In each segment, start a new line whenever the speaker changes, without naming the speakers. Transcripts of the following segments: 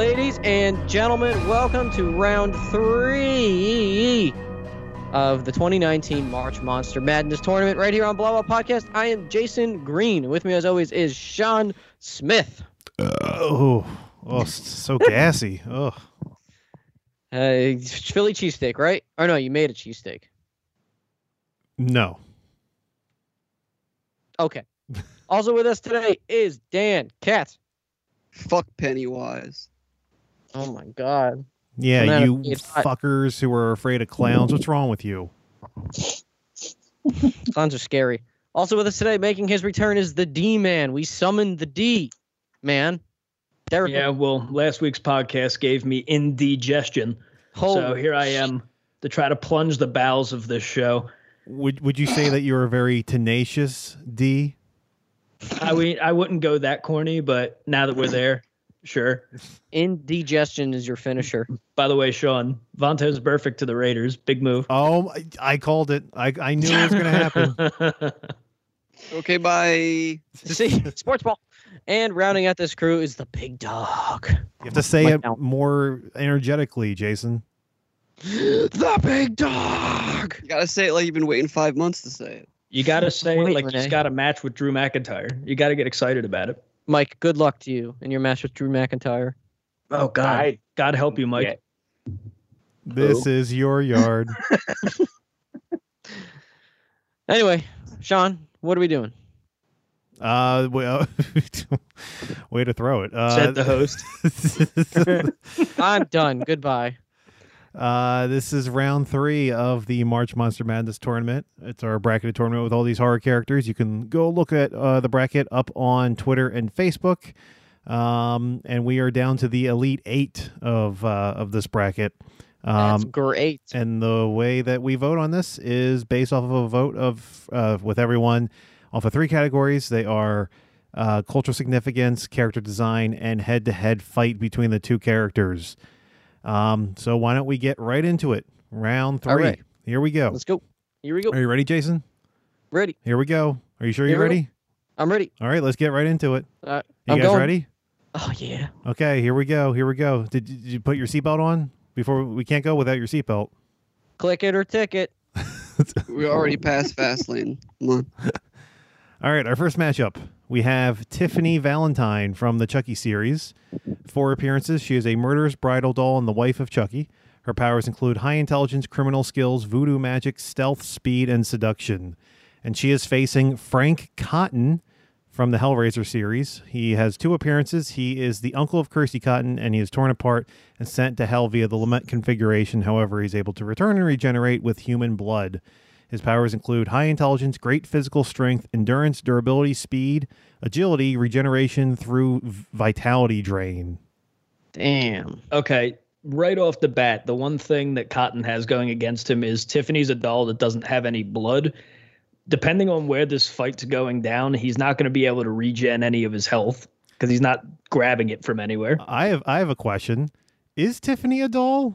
and gentlemen, welcome to round three of the 2019 March Monster Madness Tournament right here on Blah Blah Podcast. I am Jason Green. With me, as always, is Sean Smith.
Oh, oh, s- so gassy. Oh,
Uh, Philly cheesesteak, right? Or no, you made a cheesesteak.
no.
Okay. also with us today is Dan Katz.
Fuck Pennywise.
Oh my God.
Yeah,
No,
you
it's not.
fuckers who are afraid of clowns. What's wrong with you?
Clowns are scary. Also with us today, making his return, is the D Man. We summoned the D Man. Derek.
Yeah, well, last week's podcast gave me indigestion. so
Holy
here I am to try to plunge the bowels of this show.
Would Would you say that you're a very tenacious D?
I mean, I wouldn't go that corny, but now that we're there, sure.
Indigestion is your finisher.
By the way, Sean, Vontae's perfect to the Raiders. Big move.
Oh, I, I called it. I I knew it was gonna happen.
Okay, bye.
See, sports ball. And rounding out this crew is the big dog.
You have to say
Like
it
now.
more energetically, Jason.
The big dog.
You gotta say it like you've been waiting five months to say it.
you got to say,
Wait,
like,
Renee.
he's got a match with Drew McIntyre. You got to get excited about it.
Mike, good luck to you in your match with Drew McIntyre.
Oh, God.
I-
God help you, Mike.
Yeah.
This is your yard.
Anyway, Sean, what are we doing?
Uh, well, way to throw it. Uh,
Said the host.
I'm done. Goodbye.
Uh, this is round three of the March Monster Madness tournament. It's our bracketed tournament with all these horror characters. You can go look at uh, the bracket up on Twitter and Facebook. Um, and we are down to the elite eight of uh, of this bracket.
That's
Um,
great.
and the way that we vote on this is based off of a vote of uh, with everyone off of three categories. They are uh, cultural significance, character design, and head-to-head fight between the two characters. Um, so why don't we get right into it? Round
All
three.
right.
Here we go.
Let's go. Here we go.
Are you ready, Jason?
Ready.
Here we go. Are you sure
Here
you're
we go.
ready?
I'm ready.
All right, let's get right into it.
All right,
You
I'm
guys
going.
ready?
Oh yeah.
Okay, here we go. Here we go. Did, did you put your seatbelt on? Before we can't go without your seatbelt.
Click it or ticket.
We
Oh.
already passed Fastlane. Come on.
All right, our first matchup. We have Tiffany Valentine from the Chucky series. Four appearances. She is a murderous bridal doll and the wife of Chucky. Her powers include high intelligence, criminal skills, voodoo magic, stealth, speed, and seduction. And she is facing Frank Cotton from the Hellraiser series. He has two appearances. He is the uncle of Kirsty Cotton, and he is torn apart and sent to hell via the Lament configuration. However, he's able to return and regenerate with human blood. His powers include high intelligence, great physical strength, endurance, durability, speed, agility, regeneration through v- vitality drain.
Damn.
Okay. Right off the bat, the one thing that Cotton has going against him is Tiffany's a doll that doesn't have any blood. Depending on where this fight's going down, he's not going to be able to regen any of his health because he's not grabbing it from anywhere,
I have I have a question. Is Tiffany a doll?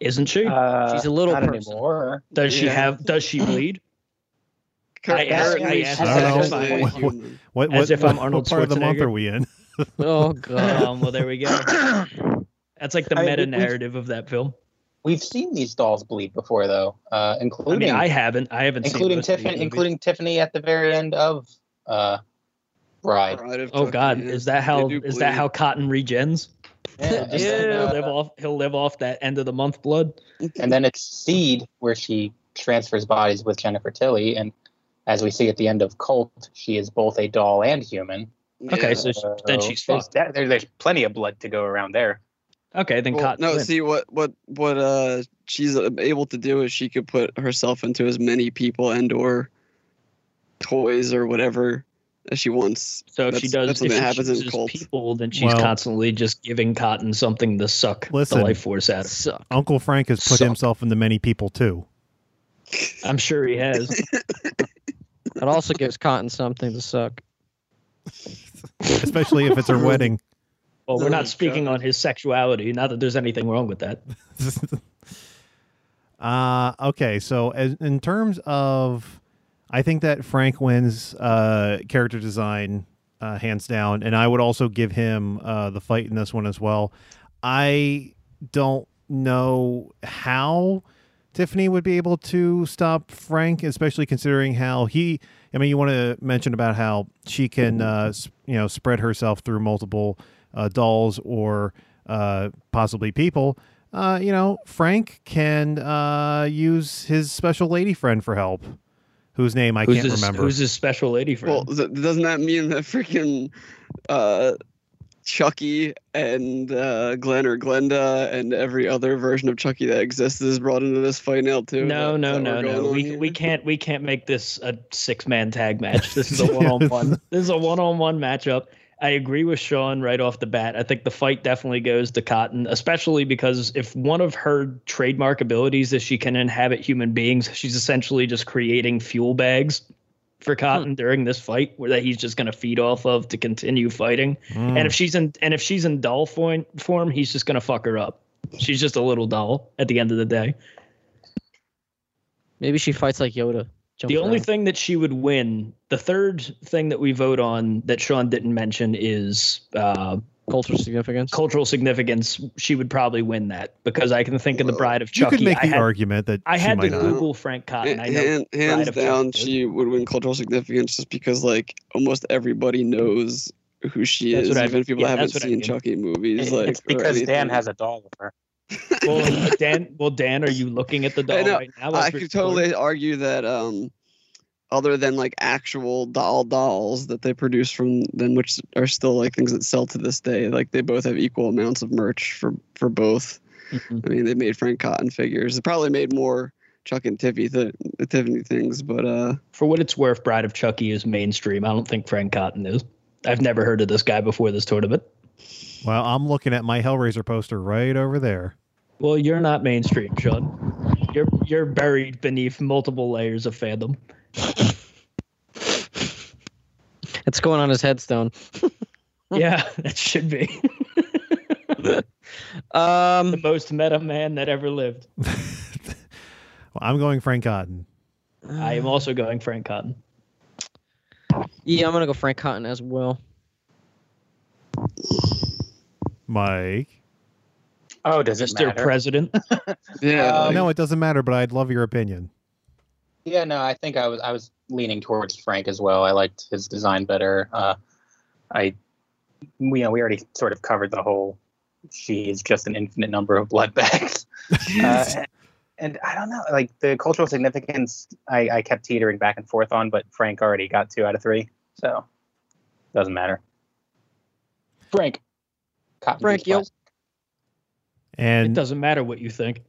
isn't she?
Uh,
She's a little
not
person.
anymore.
does she
yeah.
have? Does she bleed? I asked- I asked
Technically
that.
human.
What what,
As if I'm
what
Arnold
part of the month
Schwarzenegger.
are we in?
Oh god.
Um, well, there we go. That's like the
I- we-
meta narrative of that film.
We've seen these dolls bleed before, though, uh,
I
including
mean, I haven't. I haven't
including
seen most of these
Tiffany,
movies.
including Tiffany at the very end of uh, Bride.
Pride of
Oh
Chucky,
God,
yeah.
is that
They
how
do
is
bleed.
that how Cotton regens?
Yeah, and,
He'll
then,
live
uh,
off. He'll live off that end of the month blood.
and then it's Seed where she transfers bodies with Jennifer Tilly, and as we see at the end of Cult, she is both a doll and human.
Okay,
Yeah.
so sh- then she's
there's,
fucked.
that, there, there's plenty of blood to go around there.
Okay, then
Well,
Cotton.
no,
wins.
see what what what uh she's able to do is she could put herself into as many people and or toys or whatever as she wants.
So if she
That's-
does,
that's
if
something
she
that happens in
chooses
cults.
people, then she's
Well-
constantly just giving Cotton something to suck
Listen.
the life force out of.
Suck.
Uncle Frank has put
Suck.
himself into many people too.
I'm sure he has.
It also gives Cotton something to suck.
Especially if it's her wedding.
Well, we're
Oh,
not speaking
God.
on his sexuality. Not that there's anything wrong with that.
uh okay, so as, in terms of I think that Frank wins uh character design uh, hands down. And I would also give him uh, the fight in this one as well. I don't know how Tiffany would be able to stop Frank, especially considering how he. I mean, you want to mention about how she can, uh, s- you know, spread herself through multiple uh, dolls or uh, possibly people. Uh, you know, Frank can uh, use his special lady friend for help, whose name I
who's
can't
his,
remember.
Who's his special lady friend?
Well, th- doesn't that mean that freaking uh, Chucky and uh, Glenn or Glenda and every other version of Chucky that exists is brought into this fight now too?
no,
Is that-
no,
is that
no,
where we're
no.
going
We
here?
we can't we can't make this a six man tag match. This is a one on one. This is a one on one matchup. I agree with Sean right off the bat. I think the fight definitely goes to Cotton, especially because if one of her trademark abilities is she can inhabit human beings, she's essentially just creating fuel bags for Cotton during this fight, where that he's just going to feed off of to continue fighting.
Mm.
And if she's in and if she's in doll form, form, he's just gonna fuck her up. She's just a little doll at the end of the day.
Maybe she fights like Yoda. jumps
The only
around.
thing that she would win, the third thing that we vote on that Sean didn't mention is uh,
cultural significance.
cultural significance. She would probably win that because I can think of the
Well,
Bride of
you
Chucky.
could make the
I had,
argument that
I
she
had to
might
not.
Google Frank Cotton. I know.
Han- hands
of Chucky
down,
did.
she would win cultural significance just because like almost everybody knows who she is,
That's what I-
even people
yeah,
that haven't
that's what I
seen
mean.
Chucky movies.
It-
like
it's
or
because Dan
anything.
has a doll with her.
well, Dan, well, Dan, are you looking at the doll
I know.
right now?
I
as we
could
record?
totally argue that um other than like actual doll dolls that they produce from then which are still like things that sell to this day, like they both have equal amounts of merch for for both.
Mhm.
I mean they made Frank Cotton figures. They probably made more Chuck and Tiffy th- Tiffany things, but uh
For what it's worth, Bride of Chucky is mainstream. I don't think Frank Cotton is. I've never heard of this guy before this tournament.
Well, I'm looking at my Hellraiser poster right over there.
Well, you're not mainstream, Sean. You're you're buried beneath multiple layers of fandom.
It's going on his headstone.
Yeah, that should be the
Um,
most meta man that ever lived.
Well, I'm going Frank Cotton.
I am also going Frank Cotton.
yeah, I'm gonna go Frank Cotton as well.
Mike.
Oh, does it
Mr.
matter?
President.
yeah.
Um,
like-
no, it doesn't matter, but I'd love your opinion.
Yeah, no, I think I was I was leaning towards Frank as well. I liked his design better. Uh, I, we- you know, we already sort of covered the whole. She is just an infinite number of blood bags, uh, and I don't know, like the cultural significance. I, I kept teetering back and forth on, but Frank already got two out of three, so doesn't matter. Frank, Cotton
Frank,
Juice Blast.
It
And
doesn't matter what you think.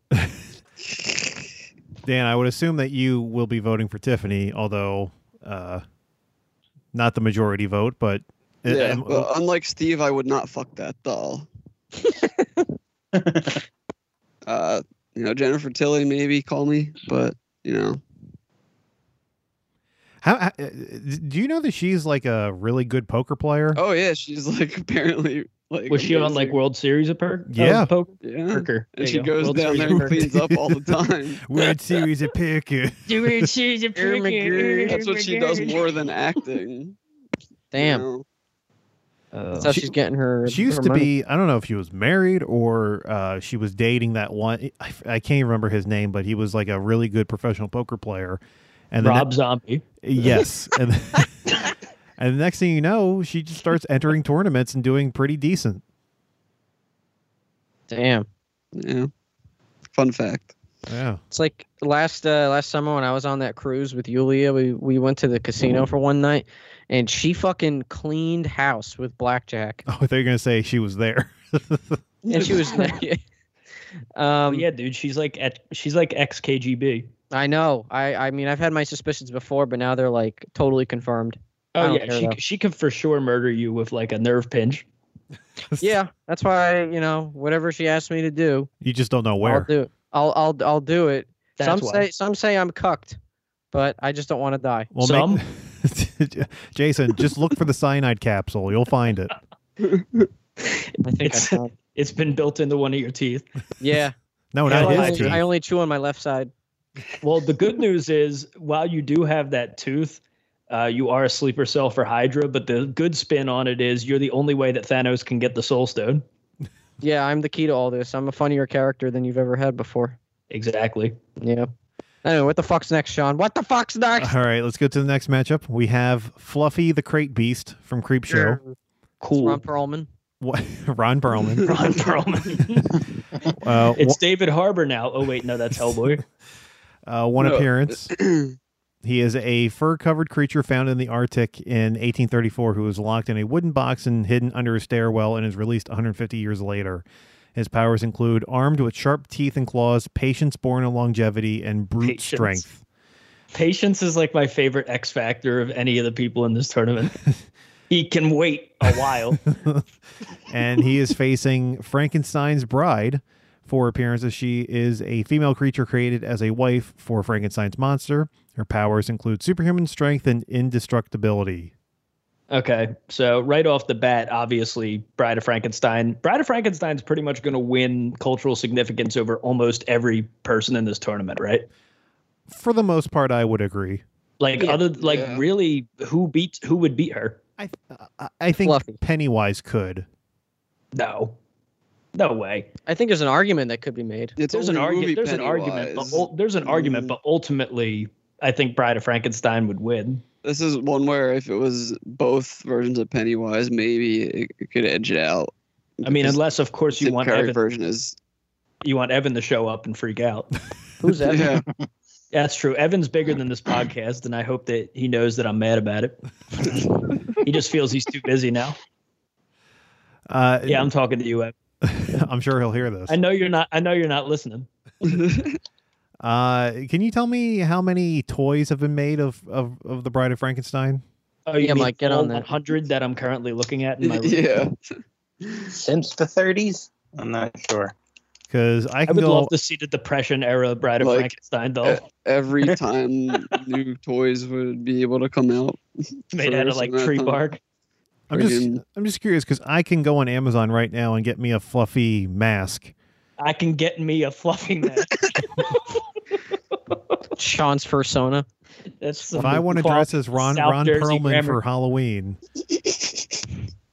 Dan, I would assume that you will be voting for Tiffany, although uh, not the majority vote, but
yeah,
um,
well, unlike Steve, I would not fuck that doll. uh, you know, Jennifer Tilly maybe call me, but you know,
how, how- do you know that she's like a really good poker player?
oh yeah, she's like apparently like
Was she on like
amazing.
World Series of per- of
Yeah.
poker?
Hmm.
yeah,
Poker. There
and she
you go.
goes
World
down
Series
there
of
and
poker.
cleans up all the time.
Weird series of picker.
That's what she does more than acting.
Damn,
You know?
that's how
She-
she's getting her.
She used
her
to
money.
be, I don't know if she was married or uh, she was dating that one. I, I can't even remember his name, but he was like a really good professional poker player. And then
Rob Zombie.
Yes. And, and the next thing you know, she just starts entering tournaments and doing pretty decent.
Damn.
Yeah. Fun fact.
Yeah.
It's like last uh, last summer when I was on that cruise with Yulia, we we went to the casino for one night, and she fucking cleaned house with blackjack,
Oh, they're going to say she was there.
and she was. um,
yeah, dude, she's like at she's like ex KGB.
I know. I I mean, I've had my suspicions before, but now they're like totally confirmed. I
Oh
don't
yeah,
care,
she
though.
she could for sure murder you with like a nerve pinch.
Yeah, that's why you know whatever she asks me to do,
You just don't know
I'll
where.
do. it. I'll I'll I'll do it.
That's
some
why.
say some say I'm cucked, but I just don't want to die.
make- Jason, just look for the cyanide capsule. You'll find it.
I think I
It's-
found.
It's been built into one of your teeth.
Yeah,
No,
Yeah,
not
I,
well,
his
only,
teeth.
I only chew on my left side.
Well, the good news is while you do have that tooth, Uh, you are a sleeper cell for Hydra, but the good spin on it is you're the only way that Thanos can get the Soul Stone.
Yeah, I'm the key to all this. I'm a funnier character than you've ever had before.
Exactly.
Yeah. Anyway, what the fuck's next, Sean? What the fuck's next?
All right, let's go to the next matchup. We have Fluffy the Crate Beast from Creep Show.
Cool.
Ron Perlman.
What, Ron Perlman.
Ron Perlman.
Uh,
it's David Harbor now. Oh wait, no, that's Hellboy.
uh, one
No.
appearance. He is a fur covered creature found in the Arctic in 1834 who was locked in a wooden box and hidden under a stairwell and is released 150 years later. His powers include armed with sharp teeth and claws, patience born of longevity, and brute
Patience.
strength.
Patience is like my favorite X factor of any of the people in this tournament. he can wait a while.
and he is facing Frankenstein's Bride for appearances. She is a female creature created as a wife for Frankenstein's monster. Her powers include superhuman strength and indestructibility.
Okay, so right off the bat, obviously, Bride of Frankenstein. Bride of Frankenstein's pretty much going to win cultural significance over almost every person in this tournament, right?
For the most part, I would agree.
Like
Yeah.
other, like
Yeah.
really, who beat who would beat her?
I I- I think
Fluffy.
Pennywise could.
No, no way.
I think there's an argument that could be made.
It's
there's an
only movie
argument. There's an argument. But
Pennywise.
ul- there's an argument.
Mm.
But ultimately, I think Bride of Frankenstein would win.
This is one where if it was both versions of Pennywise, maybe it, it could edge it out.
I mean,
Because
unless of course you
Jim
want
Carrey
Evan,
version is
you want Evan to show up and freak out.
Who's that?
yeah.
That's true. Evan's bigger than this podcast, and I hope that he knows that I'm mad about it. he just feels he's too busy now.
Uh,
Yeah, I'm talking to you, Evan.
I'm sure he'll hear this.
I know you're not. I know you're not listening.
Uh, can you tell me how many toys have been made of of, of the Bride of Frankenstein?
Oh, you
Yeah,
mean
Mike, get
all
on that.
100 that I'm currently looking at in my room?
yeah.
Since the 30s? I'm not sure.
Because I
I
can
would
go.
love to see the Depression era Bride of
Like,
Frankenstein doll
eh,
uh, Every time new toys would be able to come out.
made out of
first
like
amount of
tree
time.
bark.
I'm just
friggin-
I'm just curious because I can go on Amazon right now and get me a fluffy mask.
I can get me a fluffy mask.
Sean's persona.
That's
If
some
I want to
qual-
dress as Ron
South
Ron
Jersey
Perlman
grammar.
for Halloween,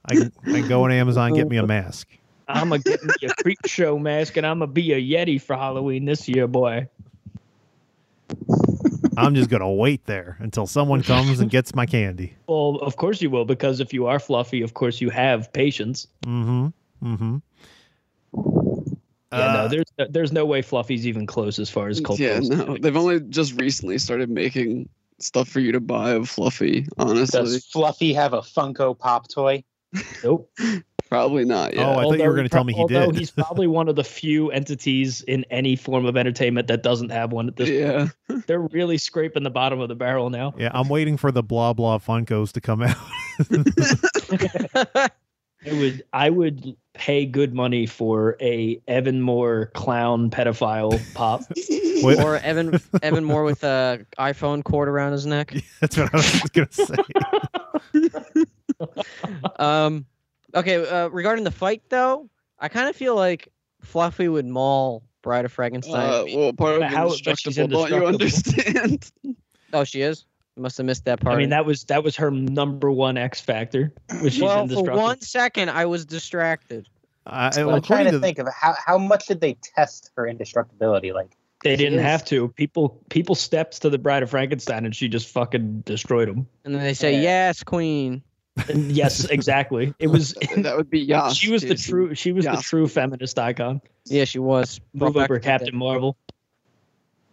I can, I can go on Amazon and get me a mask.
I'm gonna get me a creep show mask, and I'm gonna be a yeti for Halloween this year, boy.
I'm just gonna wait there until someone comes and gets my candy.
Well, of course you will, because if you are fluffy, of course you have patience.
Mm-hmm. Mm-hmm.
Yeah,
Uh,
no, there's there's no way Fluffy's even close as far as cultural.
yeah, no.
significance.
They've only just recently started making stuff for you to buy of Fluffy, honestly.
Does Fluffy have a Funko Pop toy?
Nope.
Probably not yet.
Oh, I thought you
Although
were going to
he pro-
tell me he
although
did.
he's probably one of the few entities in any form of entertainment that doesn't have one at this.
yeah. Uh,
They're really scraping the bottom of the barrel now.
Yeah, I'm waiting for the blah blah Funkos to come out.
I would I would pay good money for a Evan Moore clown pedophile pop.
Wait,
or Evan Evan Moore with a iPhone cord around his neck.
that's what I was going to say.
Um, okay. Uh, regarding the fight, though, I kind of feel like Fluffy would maul Bride of Frankenstein.
Uh, well, part
But
of
how- but she's
indestructible, don't you understand?
oh, she is. Must have missed that part.
I mean that was that was her number one X factor, which she's
well, for
indestructible.
one second, I was distracted.
I,
I'm
well, Uh, according
trying to,
to
think of how, how much did they test her indestructibility? Like,
They didn't
Jeez.
have to. People people stepped to the Bride of Frankenstein and she just fucking destroyed them.
And then they say,
Yeah.
"Yes, Queen."
And yes, exactly. It was
that would be Yas.
she was the
Jason.
true she was the
Yas.
true feminist icon.
Yeah, she was. Brought
Move
back
over
to the
Captain Marvel.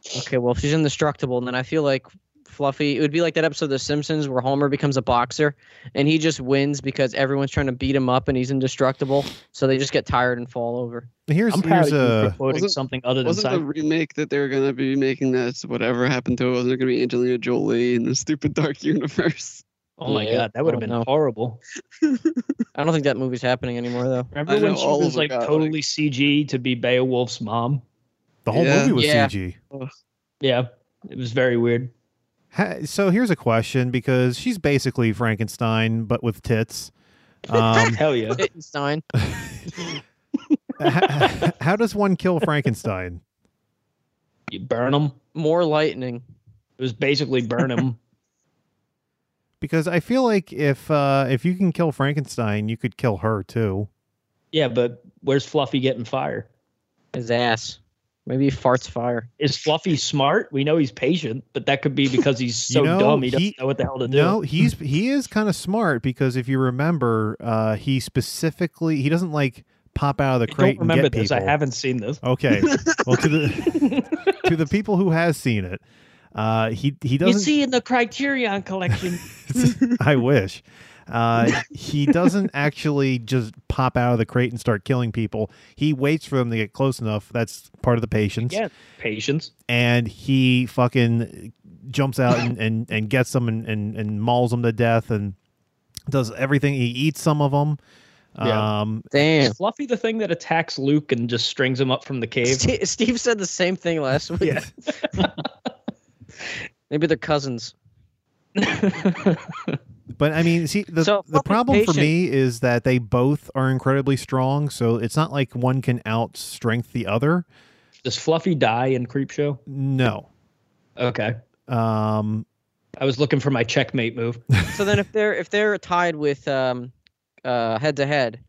dead. Okay, well, if she's indestructible, then I feel like Fluffy. It would be like that episode of The Simpsons where Homer becomes a boxer and he just wins because everyone's trying to beat him up and he's indestructible. So they just get tired and fall over.
here's
I'm proud
here's uh,
of you
a
for quoting
Wasn't-
something other than
Wasn't the
science.
remake that they were gonna be making that's whatever happened to it? Wasn't it gonna be Angelina Jolie in the stupid dark universe?
Oh my
Yeah.
god, that would
Oh,
have been
no.
horrible.
I don't think that movie's happening anymore, though.
Remember
I
when
know,
she
all
was
of it
like
got, like-
totally CG to be Beowulf's mom?
the whole
Yeah.
movie was
Yeah.
CG.
Yeah, it was very weird.
Ha, so here's a question because she's basically Frankenstein but with tits. Um,
Hell yeah.
Frankenstein.
how, how does one kill Frankenstein?
You burn them.
More lightning.
It was basically burn them.
because I feel like if uh, if you can kill Frankenstein, you could kill her too.
Yeah, but where's Fluffy getting fire?
His ass. Maybe he farts fire.
Is Fluffy smart? We know he's patient, but that could be because he's so
You know,
dumb he doesn't
he-
know what the hell to do.
No, he's he is kind of smart because if you remember, uh, he specifically he doesn't like pop out of the
I
crate
don't remember
and get
this.
people.
I haven't seen this.
Okay, well to the to the people who has seen it, uh, he he doesn't.
in the Criterion collection.
I wish. Uh, he doesn't actually just pop out of the crate and start killing people. He waits for them to get close enough. That's part of the patience.
yeah, patience.
And he fucking jumps out and, and, and gets them and, and, and mauls them to death and does everything. He eats some of them.
Yeah.
Um,
Damn.
Is Fluffy the thing that attacks Luke and just strings him up from the cave?
Steve, Steve said the same thing last week.
Yeah.
Maybe they're cousins.
but I mean, see, the,
So,
the
fucking
problem for
patient.
me is that they both are incredibly strong. So it's not like one can out strength the other.
Does Fluffy die in Creepshow?
No.
Okay.
Um,
I was looking for my checkmate move.
so then if they're if they're tied with um uh head to head,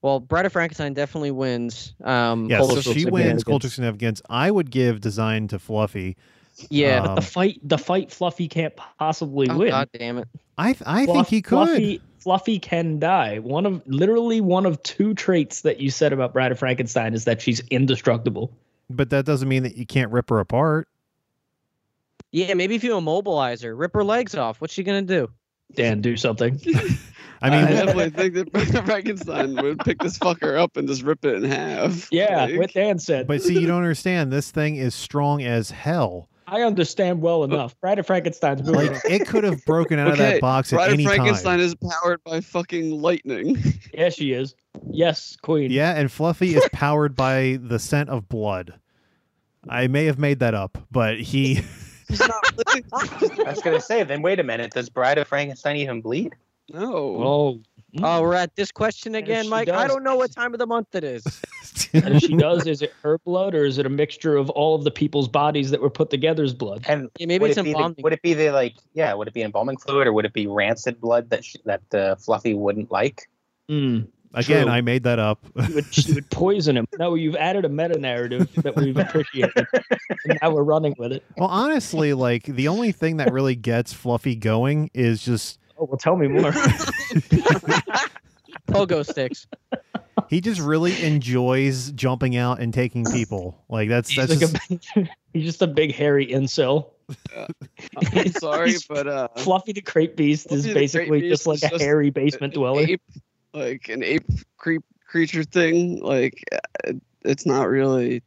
well, Bride of Frankenstein definitely wins. Um
Yeah,
Cultural
so she wins
Significance.
cultural significance. I would give design to Fluffy.
Yeah.
Um,
the fight, the fight, Fluffy can't possibly
oh,
win.
God damn it.
I th- I think
Fluff-
he could.
Fluffy, Fluffy can die. One of literally one of two traits that you said about Bride of Frankenstein is that she's indestructible.
But that doesn't mean that you can't rip her apart.
Yeah, maybe if you immobilize her, rip her legs off, what's she gonna do?
Dan, do something.
I
Uh,
I
mean,
definitely think that Frankenstein would pick this fucker up and just rip it in half.
yeah,
Like,
what Dan said.
but see, you don't understand. This thing is strong as hell.
I understand well
Oh.
enough. Bride of Frankenstein's moving.
Like it could have broken out of
Okay,
that box at
Bride of
any
Frankenstein
time.
is powered by fucking lightning.
yeah, she is. Yes, Queen.
Yeah, and Fluffy is powered by the scent of blood. I may have made that up, but he
I was gonna say, then wait a minute. Does Bride of Frankenstein even bleed?
no.
Oh,
Hmm.
Oh, we're at this question
And if
again,
she
Mike. I
does-
don't know what time of the month it is.
and if she does, is it her blood or is it a mixture of all of the people's bodies that were put together's blood?
And
Yeah, maybe
would
it's
it be the,
embalming.
would it be the like yeah? Would it be embalming fluid or would it be rancid blood that she, that uh, Fluffy wouldn't like?
Hmm.
Mm,
again,
True.
I made that up.
you would, you would poison him. No, you've added a meta narrative that we've appreciated. and now we're running with it.
well, honestly, like the only thing that really gets Fluffy going is just
Oh, well, tell me more.
Pogo sticks.
He just really enjoys jumping out and taking people. Like that's that's
he's,
just,
like a big- he's just a big hairy incel.
I'm sorry,
He's
but uh,
Fluffy the Crate Beast
Fluffy
is
the Crate
basically
Beast
just like
is
a
just
hairy basement
an
dweller.
ape, like an ape creep creature thing. Like uh, it's not really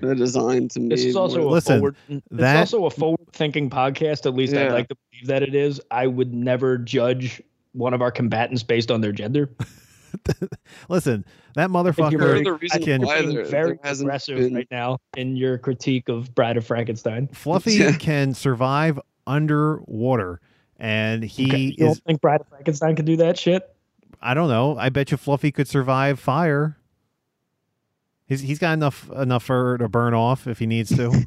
the design to me.
This is also a
Listen,
forward. It's
that-
also a forward-thinking podcast. At least I'd
Yeah.
like to believe that it is. I would never judge one of our combatants based on their gender.
listen that
Thank you very-
motherfucker
the reason
I can-
why
Being
there,
very
there hasn't
aggressive
been-
right now in your critique of Bride of Frankenstein.
Fluffy
Yeah.
can survive underwater, and he
Okay, you
is.
don't think Bride of Frankenstein can do that shit?
I don't know. I bet you Fluffy could survive fire. He's he's got enough enough fur to burn off if he needs to.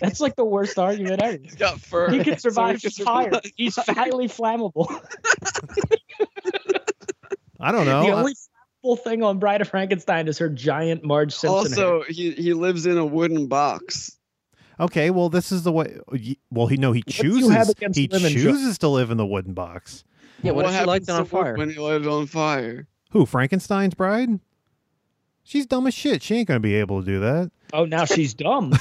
That's like the worst argument ever.
He's got fur.
He
so
can survive
can
fire.
survive
He's highly flammable.
I don't know.
the
I-
only flammable thing on Bride of Frankenstein is her giant Marge Simpson. hair.
Also, he, he lives in a wooden box.
okay, well this is the way. Well, he no, he
do you have
chooses.
against
He
women, Joe?
chooses to live in the wooden box.
Yeah, what, if she
happens
lights it
to
on
Luke
fire?
When he lighted on fire.
Who Frankenstein's bride? She's dumb as shit. She ain't gonna be able to do that.
Oh, now she's dumb.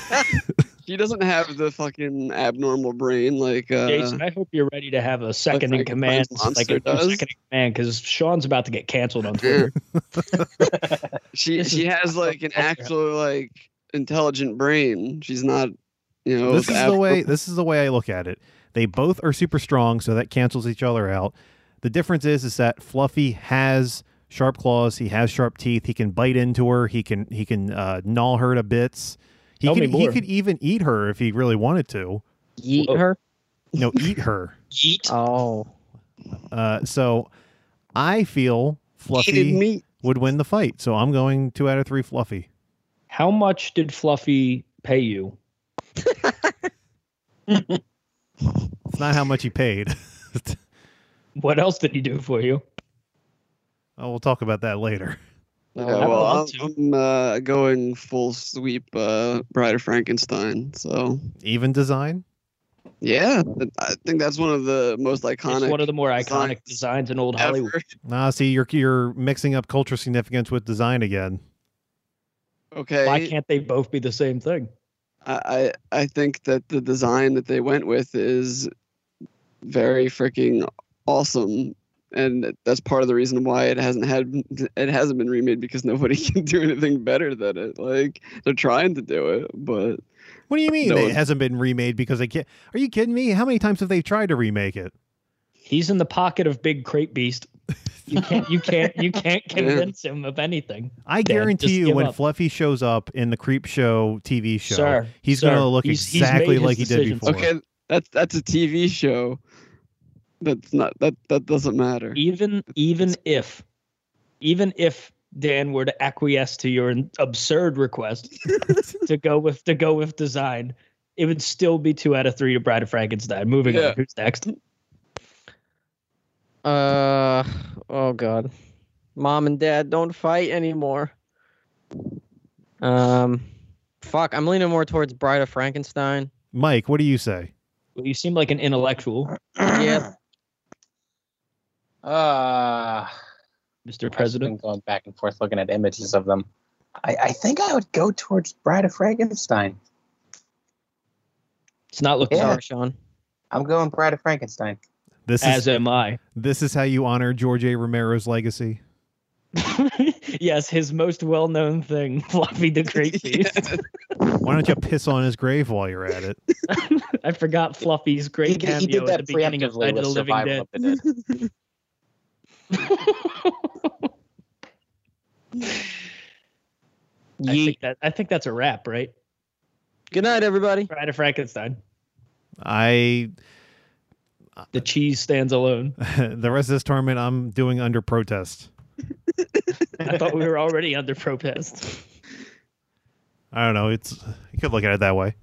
He doesn't have the fucking abnormal brain like uh,
Jason, I hope you're ready to have a second in
like
command,
Frankenstein's
like a
monster does.
second in command, because Sean's about to get canceled on Twitter.
Yeah. she
This
she
is
has like an
fucking
actual like intelligent brain. She's not, you know.
this is the
abnormal.
way this is the way I look at it. They both are super strong, so that cancels each other out. The difference is is that Fluffy has sharp claws, he has sharp teeth, he can bite into her, he can he can uh, gnaw her to bits. He
Tell
could
me
he
more.
could even eat her if he really wanted to.
Yeet
Whoa.
her?
No, eat her.
Yeet.
Oh.
Uh, so I feel
Hated
Fluffy
meat.
would win the fight. So I'm going two out of three Fluffy.
How much did Fluffy pay you?
It's not how much he paid.
What else did he do for you?
Oh, we'll talk about that later.
Yeah,
I would
well, I'm,
love
I'm uh, going full sweep uh, Bride of Frankenstein. So
Even design.
yeah, I think that's one of the most
it's
iconic.
one of the more iconic
designs
designs in old
ever.
Hollywood.
Ah, see, you're you're mixing up cultural significance with design again.
Okay,
Why can't they both be the same thing?
I, I I think that the design that they went with is very freaking awesome, and that's part of the reason why it hasn't had it hasn't been remade because nobody can do anything better than it. Like they're trying to do it, but
What do you mean
No,
it
it's-
hasn't been remade because they can't? Are you kidding me? How many times have they tried to remake it?
He's in the pocket of Big Crate Beast. You can't you can't you can't convince him of anything.
I
Dad, just
guarantee you,
give
when
up.
Fluffy shows up in the Creep Show TV show,
Sir,
he's
sir,
going to look
he's- he's made
exactly
his
like he did
decisions.
before.
okay, that's that's a TV show. That's not that that doesn't matter.
Even even if even if Dan were to acquiesce to your absurd request to go with to go with design, it would still be two out of three to Bride of Frankenstein. Moving
Yeah.
on, who's next?
Uh, oh god, mom and dad don't fight anymore. Um, fuck, I'm leaning more towards Bride of Frankenstein.
Mike, what do you say?
Well, you seem like an intellectual,
Yeah.
Uh,
Mr.
I've
President.
been going back and forth looking at images of them. I, I think I would go towards Bride of Frankenstein.
It's not looking
Yeah.
hard.
Sorry, Sean.
I'm going Bride of Frankenstein.
This
as
is
am I.
this is how you honor George A. Romero's legacy.
yes, his most well-known thing, Fluffy the Great Beast.
Why don't you piss on his grave while you're at it?
I forgot Fluffy's great
He,
cameo
he did that
at the beginning of
preemptively
Night of
with
the Living
Survival
Dead.
of the Dead.
I think, that, I think that's a wrap, right?
Good night, everybody.
Bride of Frankenstein.
I
The cheese stands alone.
the rest of this tournament I'm doing under protest.
I thought we were already under protest.
I don't know. It's you could look at it that way.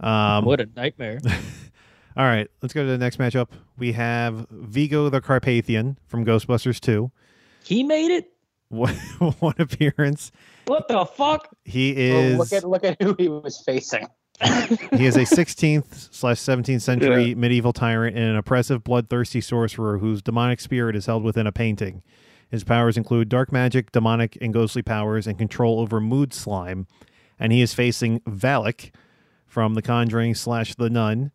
Um,
what a nightmare.
All right, let's go to the next matchup. We have Vigo the Carpathian from Ghostbusters 2.
He made it?
One, one appearance.
What the fuck?
He
Well,
is
look at look at who he was facing.
he is a 16th slash 17th century medieval tyrant and an oppressive, bloodthirsty sorcerer whose demonic spirit is held within a painting. His powers include dark magic, demonic and ghostly powers, and control over mood slime. And he is facing Valak from The Conjuring slash The Nun.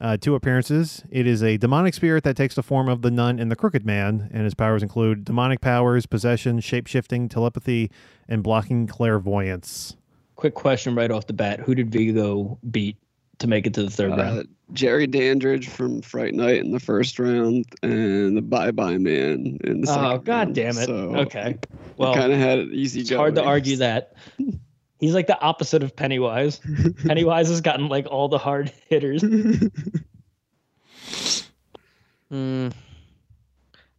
Uh, two appearances. It is a demonic spirit that takes the form of the nun and the crooked man, and his powers include demonic powers, possession, shapeshifting, telepathy, and blocking clairvoyance.
Quick question right off the bat. Who did Vigo beat to make it to the third round?
Uh, Jerry Dandridge from Fright Night in the first round, and the Bye Bye Man in the second.
Oh, god
round.
damn it.
So
okay. Well,
kind of had it easy.
It's hard to
going.
argue that. He's like the opposite of Pennywise. Pennywise has gotten like all the hard hitters.
Hmm.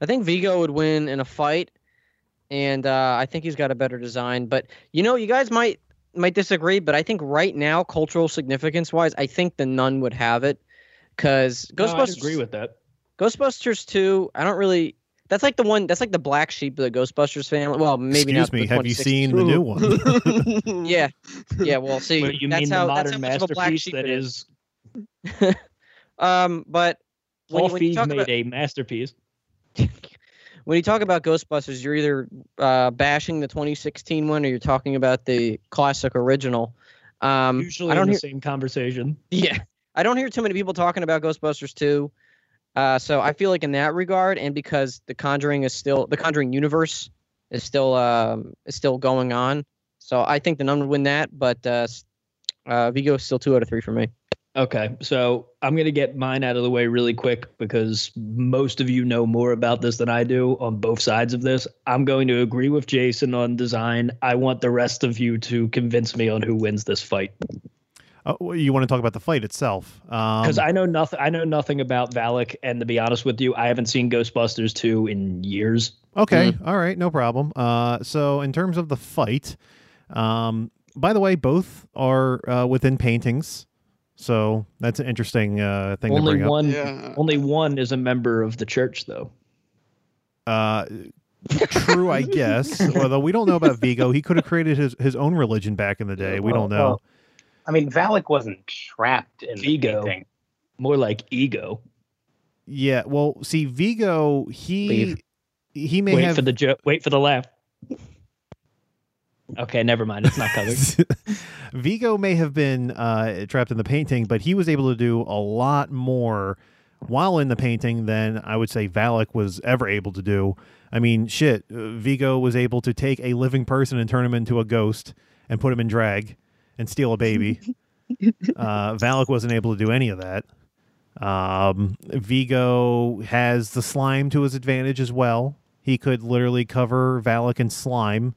I think Vigo would win in a fight, and uh, I think he's got a better design. But you know, you guys might might disagree, but I think right now, cultural significance wise, I think the nun would have it because
No, I'd
Ghostbusters.
agree with that.
Ghostbusters 2, I don't really. That's like the one. That's like the black sheep of the Ghostbusters family. Well, maybe
Excuse
not.
me.
the
Have you
26
seen the new one?
Yeah, yeah. Well, see,
But you
that's
mean
how,
the modern
that's how much of a black
masterpiece
sheep
that
it is.
is
Um, but when,
Paul
you- when you
Feig
talk
made
about
a masterpiece.
when you talk about Ghostbusters, you're either uh, bashing the 2016 one or you're talking about the classic original. Um,
Usually
I
in
don't
the
hear
same conversation.
yeah, I don't hear too many people talking about Ghostbusters 2. Uh, so I feel like in that regard, and because the Conjuring is still the Conjuring universe is still um, is still going on, so I think the Nun would win that. But uh, s- uh, Vigo is still two out of three for me.
Okay, so I'm gonna get mine out of the way really quick because most of you know more about this than I do on both sides of this. I'm going to agree with Jason on design. I want the rest of you to convince me on who wins this fight.
Uh, well, you want to talk about the fight itself? Um,
because I know nothing. I know nothing about Valak, and to be honest with you, I haven't seen Ghostbusters two in years.
okay,
Mm-hmm.
all right, no problem. Uh, so in terms of the fight, um, by the way, both are uh, within paintings, So that's an interesting uh, thing to
Only
bring
one,
yeah.
only one is a member of the church, though.
up. Uh, true, I guess. Although we don't know about Vigo, he could have created his, his own religion back in the day. We
Well,
Oh,
don't know.
well, I mean, Valak wasn't trapped in the
Vigo.
painting.
More like ego.
Yeah. Well, see, Vigo, he
Leave.
he may
wait
have
for the joke. Wait for the laugh. Okay, never mind. It's not covered.
Vigo may have been uh, trapped in the painting, but he was able to do a lot more while in the painting than I would say Valak was ever able to do. I mean, shit, uh, Vigo was able to take a living person and turn him into a ghost and put him in drag and steal a baby. uh, Valak wasn't able to do any of that. Um, Vigo has the slime to his advantage as well. He could literally cover Valak in slime,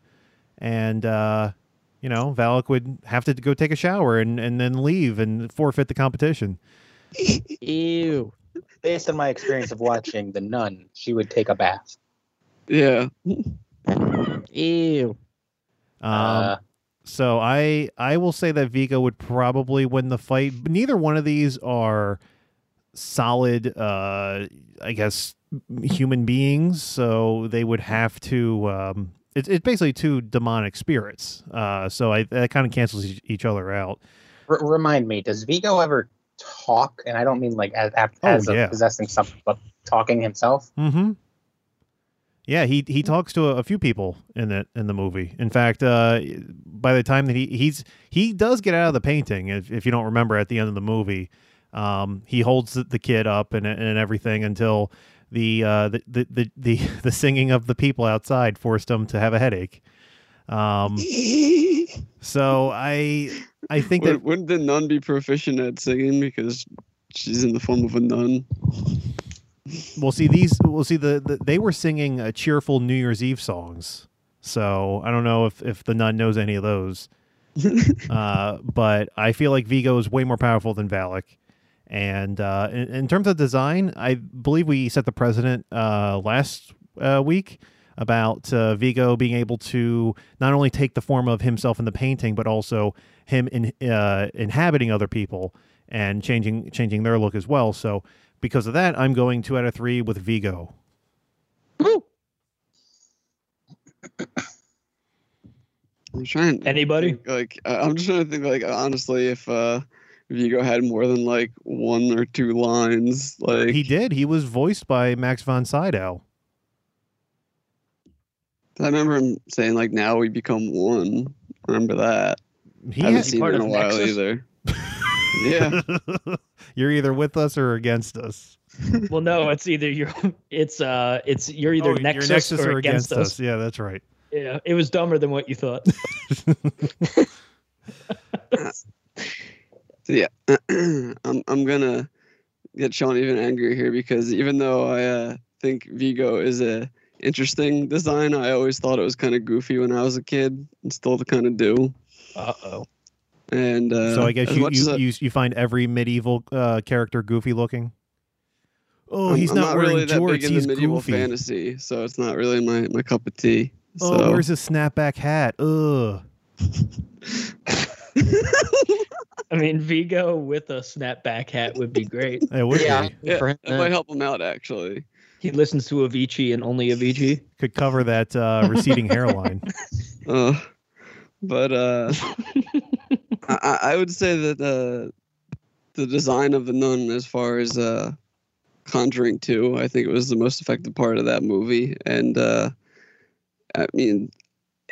and uh, you know, Valak would have to go take a shower and, and then leave and forfeit the competition.
Ew.
Based on my experience of watching The Nun, she would take a bath.
Yeah.
Ew.
Um,
uh,
so I I will say that Vigo would probably win the fight. But Neither one of these are solid, uh, I guess, human beings. So they would have to. Um, it's it's basically two demonic spirits. Uh, so I that kind of cancels each, each other out.
r- remind me, does Vigo ever talk? And I don't mean like as, as,
Oh,
as of
yeah.
possessing something, but talking himself.
Mm-hmm. Yeah, he he talks to a, a few people in the in the movie. In fact, uh, by the time that he he's he does get out of the painting, if, if you don't remember at the end of the movie, um, he holds the, the kid up and and everything until the uh the the, the the the singing of the people outside forced him to have a headache. Um, so I I think that
Would, wouldn't the nun be proficient at singing because she's in the form of a nun?
We'll see these. We'll see the, the they were singing uh, cheerful New Year's Eve songs. So I don't know if if the nun knows any of those. uh, but I feel like Vigo is way more powerful than Valak. And uh, in, in terms of design, I believe we set the precedent uh, last uh, week about uh, Vigo being able to not only take the form of himself in the painting, but also him in, uh, inhabiting other people and changing changing their look as well. So because of that, I'm going two out of three with Vigo.
Woo.
I'm trying.
Anybody?
think, like I- I'm just trying to think like honestly if uh Vigo had more than like one or two lines like
He did. He was voiced by Max von Sydow.
I remember him saying like now we become one. I remember that.
He
I haven't
has,
seen
part
it in a
of
while
Nexus?
either. yeah.
You're either with us or against us.
well, no, it's either you're. It's uh, it's you're either
Oh, you're
Nexus, or, against, us.
Yeah, that's right.
Yeah, it was dumber than what you thought.
I'm I'm gonna get Sean even angrier here because even though I uh, think Vigo is a interesting design, I always thought it was kind of goofy when I was a kid, and still kind of do.
Uh oh.
And uh,
so I guess
as
you
much as
you,
I-
you you find every medieval uh, character goofy looking. Oh,
I'm-
he's
I'm
not, wearing
really that
jorts.
big into
He's
medieval
goofy.
fantasy, so it's not really my, my cup of tea.
Oh,
so
where's his snapback hat? Ugh.
I mean, Vigo with a snapback hat would be great.
It would
Yeah.
be.
Yeah,
For him, uh,
that might help him out actually.
He listens to Avicii and only Avicii.
Could cover that uh, receding hairline.
Uh, but uh, I- I, I would say that uh, the design of the nun, as far as uh, Conjuring 2, I think it was the most effective part of that movie. And uh, I mean,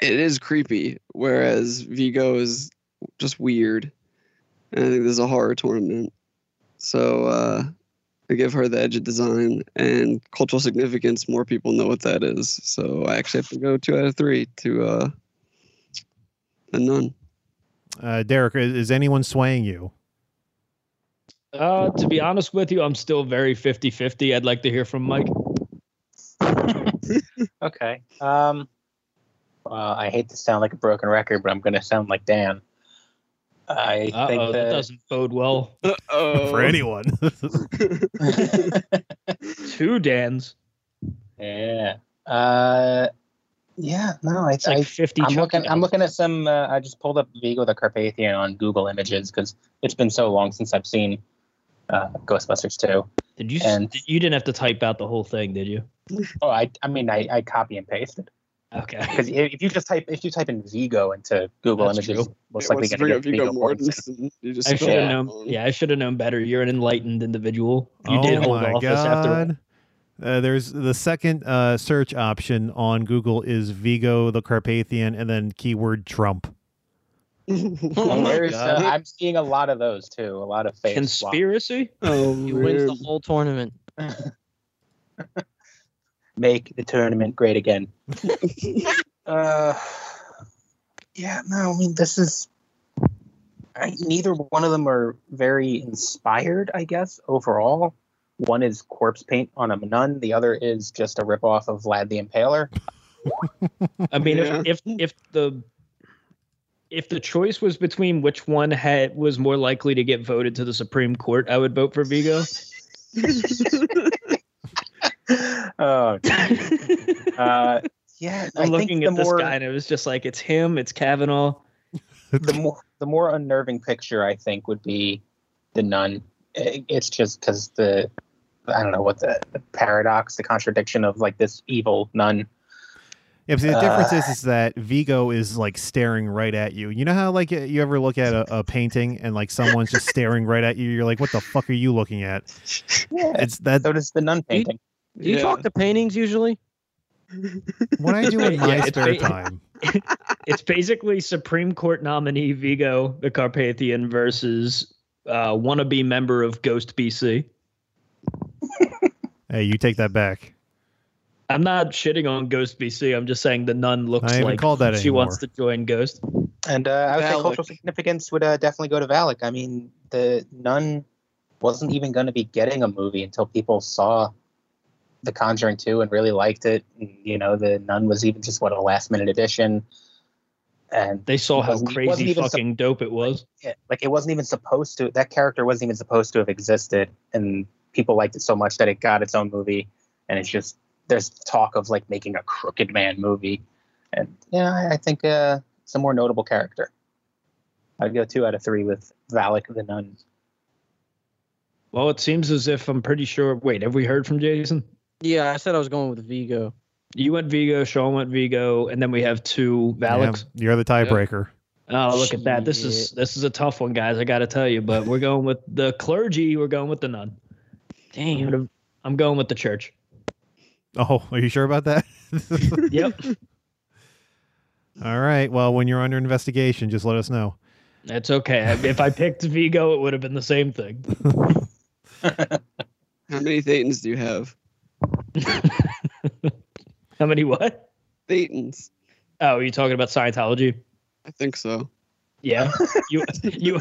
it is creepy, whereas Vigo is just weird. And I think there's a horror tournament. So uh, I give her the edge of design and cultural significance. More people know what that is. So I actually have to go two out of three to uh, the nun.
Uh, Derek, is, is anyone swaying you?
Uh, to be honest with you, I'm still very 50 50. I'd like to hear from Mike.
Okay. Um, uh, I hate to sound like a broken record, but I'm going to sound like Dan. I
Uh
think
oh, that doesn't bode well.
Oh,
For anyone.
that.
Two Dans.
yeah. Uh, Yeah, no,
It's
it's,
like
I,
50
I'm
Chucky
looking. I'm
dolls.
looking at some. Uh, I just pulled up Vigo the Carpathian on Google Images because it's been so long since I've seen uh, Ghostbusters 2.
Did you?
and-
did- you didn't have to type out the whole thing, did you?
Oh, I. I mean, I, I copy and pasted
Okay.
because if you just type if you type in Vigo into Google
That's
Images,
true.
most
Yeah,
likely
once you
going
bring
to
up
get Vigo,
Viggo Mortensen, you just
I
spell
should have
Yeah.
it
known.
wrong.
Yeah, I should have known better. You're an enlightened individual. You
oh
did hold
my
office after.
God. Uh, there's the second uh, search option on Google is Vigo the Carpathian and then keyword Trump.
Oh my
There's, uh,
God.
I'm seeing a lot of those too. A lot of face swap.
Conspiracy.
oh,
He wins
weird.
the whole tournament.
Make the tournament great again. uh, yeah, no, I mean this is. I, neither one of them are very inspired, I guess. Overall, one is corpse paint on a nun. The other is just a ripoff of Vlad the Impaler.
I mean,
Yeah.
if, if if the if the choice was between which one had was more likely to get voted to the Supreme Court, I would vote for Vigo.
oh, uh, yeah. I
I'm
think
looking
the
at this
more,
guy, and it was just like it's him, it's Kavanaugh.
the more the more unnerving picture I think would be the nun. I- It's just because the I don't know what the, the paradox, the contradiction of like this evil nun.
Yeah, but see, the difference
Uh.
is, is that Vigo is like staring right at you. You know how like you ever look at a, a painting and like someone's just staring right at you. You're like, what the fuck are you looking at?
Yeah,
It's that
so does the nun painting.
Do you
Yeah.
talk to paintings usually?
what I do in
Yeah,
my
it's
spare
ba-
time.
It's basically Supreme Court nominee Vigo the Carpathian versus uh, wannabe member of Ghost BC.
Hey, you take that back.
I'm not shitting on Ghost BC. I'm just saying the nun looks
I haven't
like
called that
she wants to
anymore.
join Ghost.
And uh, I would say
Valak.
cultural significance would uh, definitely go to Valak. I mean, the nun wasn't even going to be getting a movie until people saw The Conjuring 2 and really liked it. And, you know, the nun was even just what a last minute addition. And
They saw how
Wasn't- wasn't
crazy
even sup-
fucking dope it was.
it- like it wasn't even supposed to that character wasn't even supposed to have existed and people liked it so much that it got its own movie and it's just there's talk of like making a crooked man movie and yeah i, I think uh it's a more notable character i'd go two out of three with valak the nun
Well, it seems as if I'm pretty sure. Wait, have we heard from Jason?
Yeah, I said I was going with Vigo.
You went Vigo, Sean went Vigo, and then we have two Valaks.
Yeah, you're the tiebreaker.
Oh, look at that! This is
Shit.
this is a tough one, guys. I got to tell you, but we're going with the clergy. We're going with the nun. I'm,
Damn.
gonna- I'm going with the church.
Oh, are you sure about that?
Yep,
All right. Well, when you're under investigation, just let us know.
that's okay. I- If I picked Vigo, it would have been the same thing.
How many Thetans do you have?
How many what?
Thetans.
Oh, you're talking about Scientology?
I think so.
Yeah, you you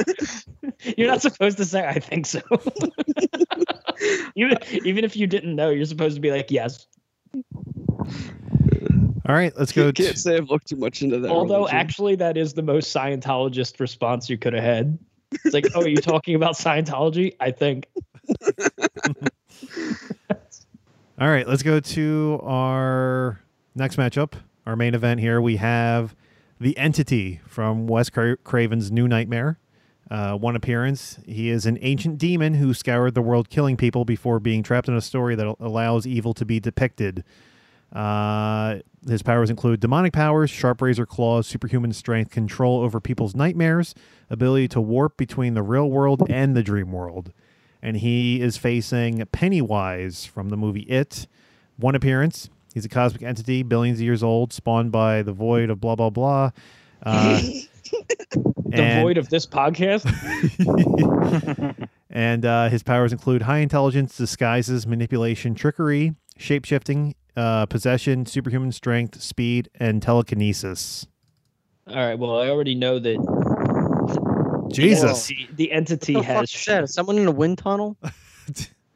you're not supposed to say I think so. even even if you didn't know, you're supposed to be like yes.
All right, let's go.
Can't- Can't say I've looked too much into that.
Although
religion.
actually, that is the most Scientologist response you could have had. It's like, oh, you're talking about Scientology? I think.
All right, let's go to our next matchup. Our main event here. We have the Entity from Wes Cra- Craven's New Nightmare. Uh, one appearance. He is an ancient demon who scoured the world, killing people before being trapped in a story that al- allows evil to be depicted. Uh, his powers include demonic powers, sharp razor claws, superhuman strength, control over people's nightmares, ability to warp between the real world and the dream world. And he is facing Pennywise from the movie It. One appearance. He's a cosmic entity, billions of years old, spawned by the void of blah, blah, blah. Uh,
The
and-
void of this podcast?
and uh, his powers include high intelligence, disguises, manipulation, trickery, shapeshifting, uh, possession, superhuman strength, speed, and telekinesis.
All right. Well, I already know that
Jesus.
the, the entity
What the fuck
has.
is that? Is someone in a wind tunnel?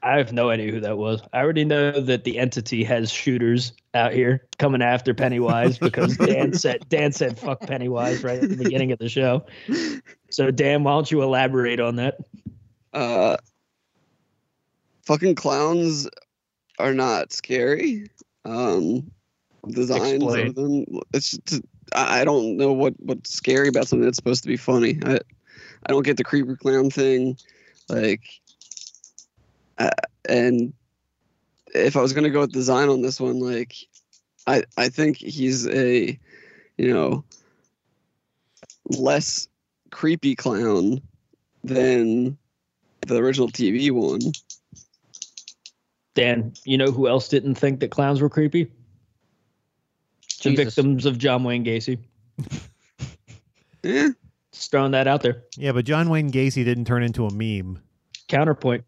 I have no idea who that was. I already know that the entity has shooters out here coming after Pennywise because Dan said Dan said fuck Pennywise right at the beginning of the show. So Dan, why don't you elaborate on that?
uh, fucking clowns are not scary. Um, designs
Explain.
of them. It's just, I I don't know what what's scary about something that's supposed to be funny. I I don't get the creeper clown thing, like, uh, and if I was gonna go with design on this one, like, I I think he's a, you know, less creepy clown than the original TV one.
Dan, you know who else didn't think that clowns were creepy? The
Jesus.
victims of John Wayne Gacy.
Yeah,
Just throwing that out there.
Yeah, but John Wayne Gacy didn't turn into a meme.
Counterpoint.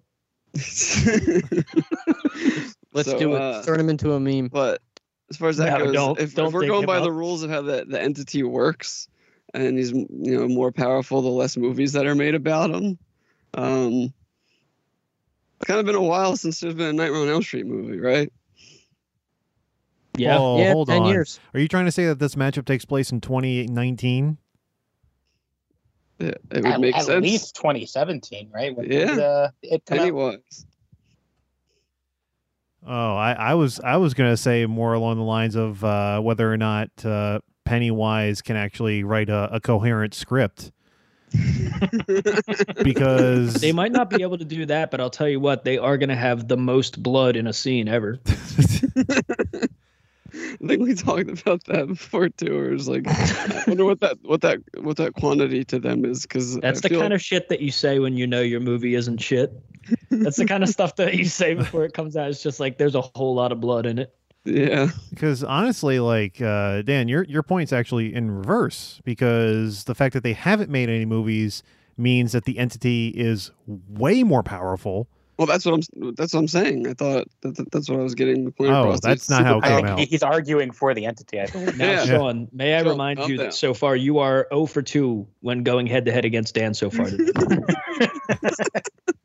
Let's
So,
do it.
uh,
Turn him into a meme.
But as far as that
No,
goes,
don't-
if,
don't
if we're
think
going by the
about-
rules of how the, the entity works, and he's you know more powerful, the less movies that are made about him. Um, it's kind of been a while since there's been a Nightmare on Elm Street movie, right?
Yeah.
Oh,
yeah,
hold
ten
on.
years.
Are you trying to say that this matchup takes place in 2019?
It, it would
At,
make
at
sense.
least 2017, right? When did,
Yeah.
uh, it come out?
Pennywise.
Oh, I, I was I was gonna say more along the lines of uh, whether or not uh, Pennywise can actually write a, a coherent script because
They might not be able to do that, but I'll tell you what, they are going to have the most blood in a scene ever.
I think we talked about that before too. Or it's like, I wonder what that what that what that quantity to them is because
That's the kind of shit that you say when you know your movie isn't shit. That's the kind of stuff that you say before it comes out. It's just like there's a whole lot of blood in it.
yeah.
because honestly, like uh, Dan, your your point's actually in reverse because the fact that they haven't made any movies means that the entity is way more powerful.
Well, that's what I'm. That's what I'm saying. I thought that, that- that's what I was getting the point
Oh,
across.
that's
It's
not how it
super
I
came
powerful.
think
out.
he- he's arguing for the entity. I think.
Now,
Yeah.
Sean, may I
Sean,
remind
calm
you
down.
that so far you are 0 for 2 when going head to head against Dan so far. today.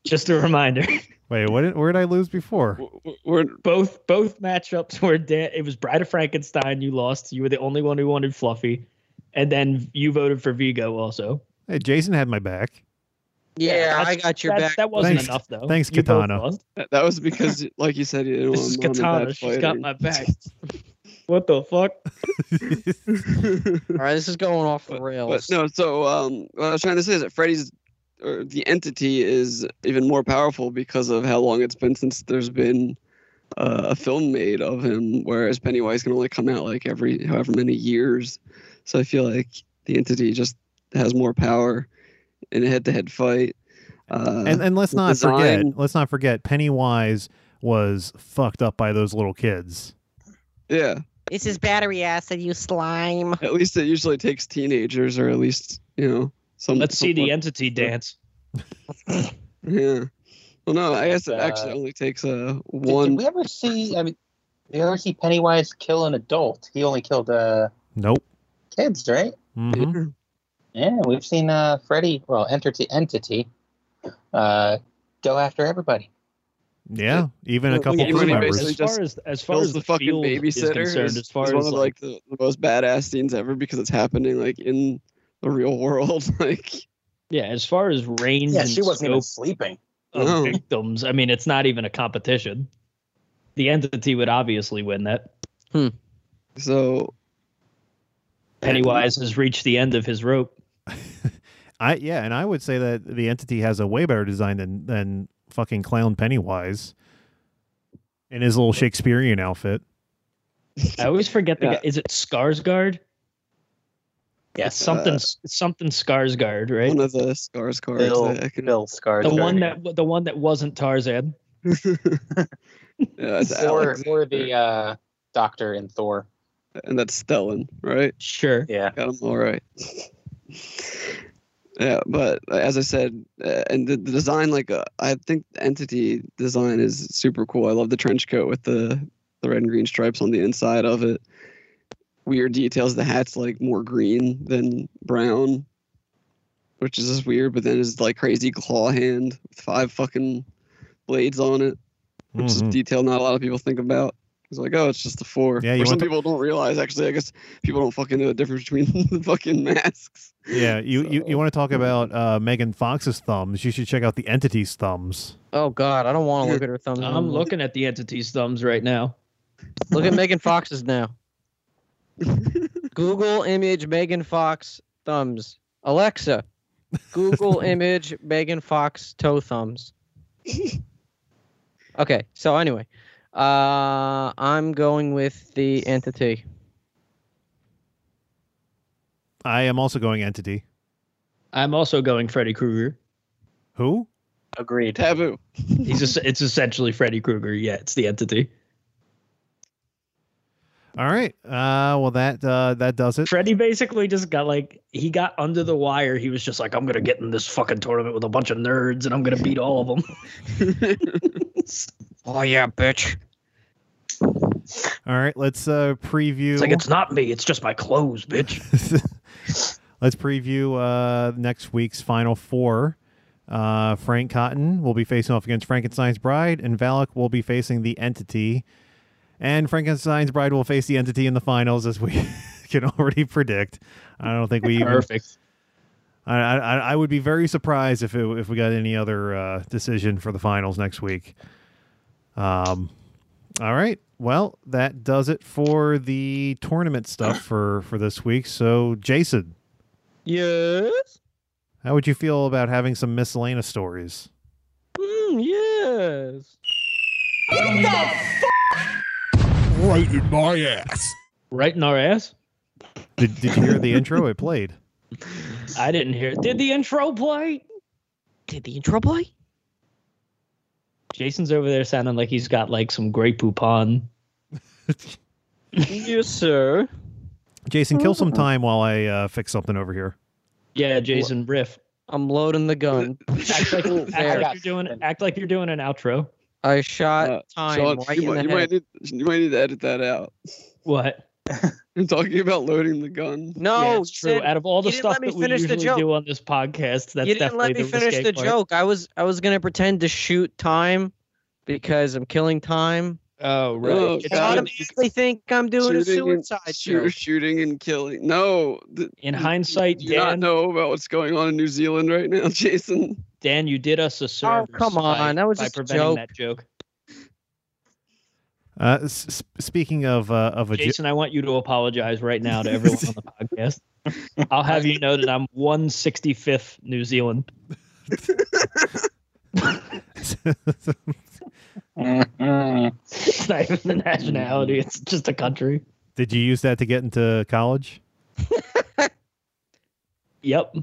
Just a reminder.
Wait, what did, where did I lose before?
W- w- We're,
Both both matchups were Dan. It was Bride of Frankenstein. You lost. You were the only one who wanted Fluffy, and then you voted for Vigo also.
Hey, Jason had my back.
Yeah,
that's-
I got your
That,
back.
that wasn't
Thanks-
enough though.
thanks,
You both
Katana.
lost.
that that was because, like you said, you didn't
This is
want mom and
Katana.
dad
She's got
fighting.
my back. what the fuck?
All right, this is going off the
But
rails.
no, so um, what I was trying to say is that Freddy's, or the entity, is even more powerful because of how long it's been since there's been uh, a film made of him. Whereas Pennywise can only come out like every however many years. So I feel like the entity just has more power in a head-to-head fight. Uh,
and and let's
the
not
design-
forget let's not forget Pennywise was fucked up by those little kids.
yeah.
This is battery acid, you slime.
At least it usually takes teenagers, or at least you know some.
Let's see the
someone-
entity dance.
Yeah. Well, no, I guess it
Uh,
actually only takes uh,
Did,
one.
did we ever see? I mean, did we ever see Pennywise kill an adult? He only killed uh,
Nope.
kids, right?
Mhm.
Uh-huh.
Yeah, we've seen uh, Freddy, well, entity, entity, uh, go after everybody.
Yeah, even a
Well,
couple
yeah,
crew
when he
members.
basically
As far
just
as as far
Kills
as
the fucking
field is
babysitter. Is,
concerned, as far
is
as
one of
like
like the, the most badass scenes ever because it's happening like in the real world. Like,
yeah, as far as range
Yeah,
and
she wasn't even
scope
sleeping.
of
No.
victims. I mean, it's not even a competition. The entity would obviously win that.
so
Pennywise has reached the end of his rope.
I yeah, and I would say that the entity has a way better design than than fucking clown Pennywise in his little Shakespearean outfit.
I always forget the
Yeah.
guy. Is it Skarsgård? It's
Yes,
something it's something Skarsgård, right?
one of the scars cards.
Bill,
I, I can,
Bill Skarsgård.
The one that the one that wasn't Tarzan.
yeah, it's
or,
Alex,
or the uh, doctor in Thor.
and that's Stellan, right?
Sure.
Yeah.
Got him all right. yeah, but uh, as I said, uh, and the, the design, like uh, I think the entity design is super cool. I love the trench coat with the the red and green stripes on the inside of it. Weird details. The hat's like more green than brown, which is just weird. But then his like crazy claw hand with five fucking blades on it, which is a
Mhm.
detail not a lot of people think about. It's like, oh, it's just the four.
Yeah, you
Or some
want the-
people don't realize. Actually, I guess people don't fucking know the difference between the fucking masks.
Yeah, you, you, you
So-
want to talk about uh, Megan Fox's thumbs? You should check out the entity's thumbs.
oh God, I don't want to look at her thumbs.
I'm
anymore.
looking at the entity's thumbs right now.
Look at Megan Fox's now. Google image Megan Fox thumbs. Alexa, Google image Megan Fox toe thumbs. Okay, so anyway, uh, I'm going with the entity.
I am also going entity.
I'm also going Freddy Krueger.
Who?
Agreed.
Taboo.
He's just, it's essentially Freddy Krueger. Yeah, it's the entity.
All right. Uh, well, that uh, that does it.
Freddy basically just got like he got under the wire. He was just like, I'm gonna get in this fucking tournament with a bunch of nerds and I'm gonna beat all of them. it's
Oh yeah, bitch.
All right. Let's uh, preview.
like it's not me. It's just my clothes, bitch.
Let's preview uh, next week's final four. Uh, Frank Cotton will be facing off against Frankenstein's Bride, and Valak will be facing the Entity. And Frankenstein's Bride will face the Entity in the finals, as we can already predict. I don't think we. Even,
Perfect.
I, I I would be very surprised if it, if we got any other uh, decision for the finals next week. Um, all right. Well, that does it for the tournament stuff for for this week. So, Jason,
Yes.
How would you feel about having some miscellaneous stories?
Mm, yes.
Right in my ass.
Right in our ass.
Did, did you hear the intro? It played.
I didn't hear. Did the intro play?
Did the intro play?
Jason's over there sounding like he's got like some Grey Poupon.
yes, sir.
Jason, kill some time while I uh, fix something over here.
Yeah, Jason riff.
I'm loading the gun.
Act like, act
Fair.
like you're doing. Act like you're doing an outro.
I shot
Uh,
time
Sean,
right
you,
in the
might,
head.
you, might need, you might need to edit that out.
What?
I'm talking about loading the gun.
No,
yeah,
you
it's true.
said-
Out of all the
Oh, you didn't
stuff
let me
that we
finish the
usually
joke.
do on this podcast, that's
you didn't let
definitely
me
the
finish
risque
the
part.
joke. I was I was gonna pretend to shoot time because I'm killing time.
Oh, right.
Oh,
It's
They
God.
not-
automatically think I'm doing a suicide
and, shoot-
shoot.
shooting and killing. No, th-
in
th-
hindsight,
do you not
Dan,
know about what's going on in New Zealand right now, Jason.
Dan, you did us a service.
Oh, come
by-
on, that was
by
just a
preventing
joke.
that joke.
Uh, s- s- speaking of uh, of a jo-
Jason, I want you to apologize right now to everyone on the podcast. I'll have you know that I'm 165th New Zealand.
Mhm.
It's not even a nationality; it's just a country.
did you use that to get into college?
Yep.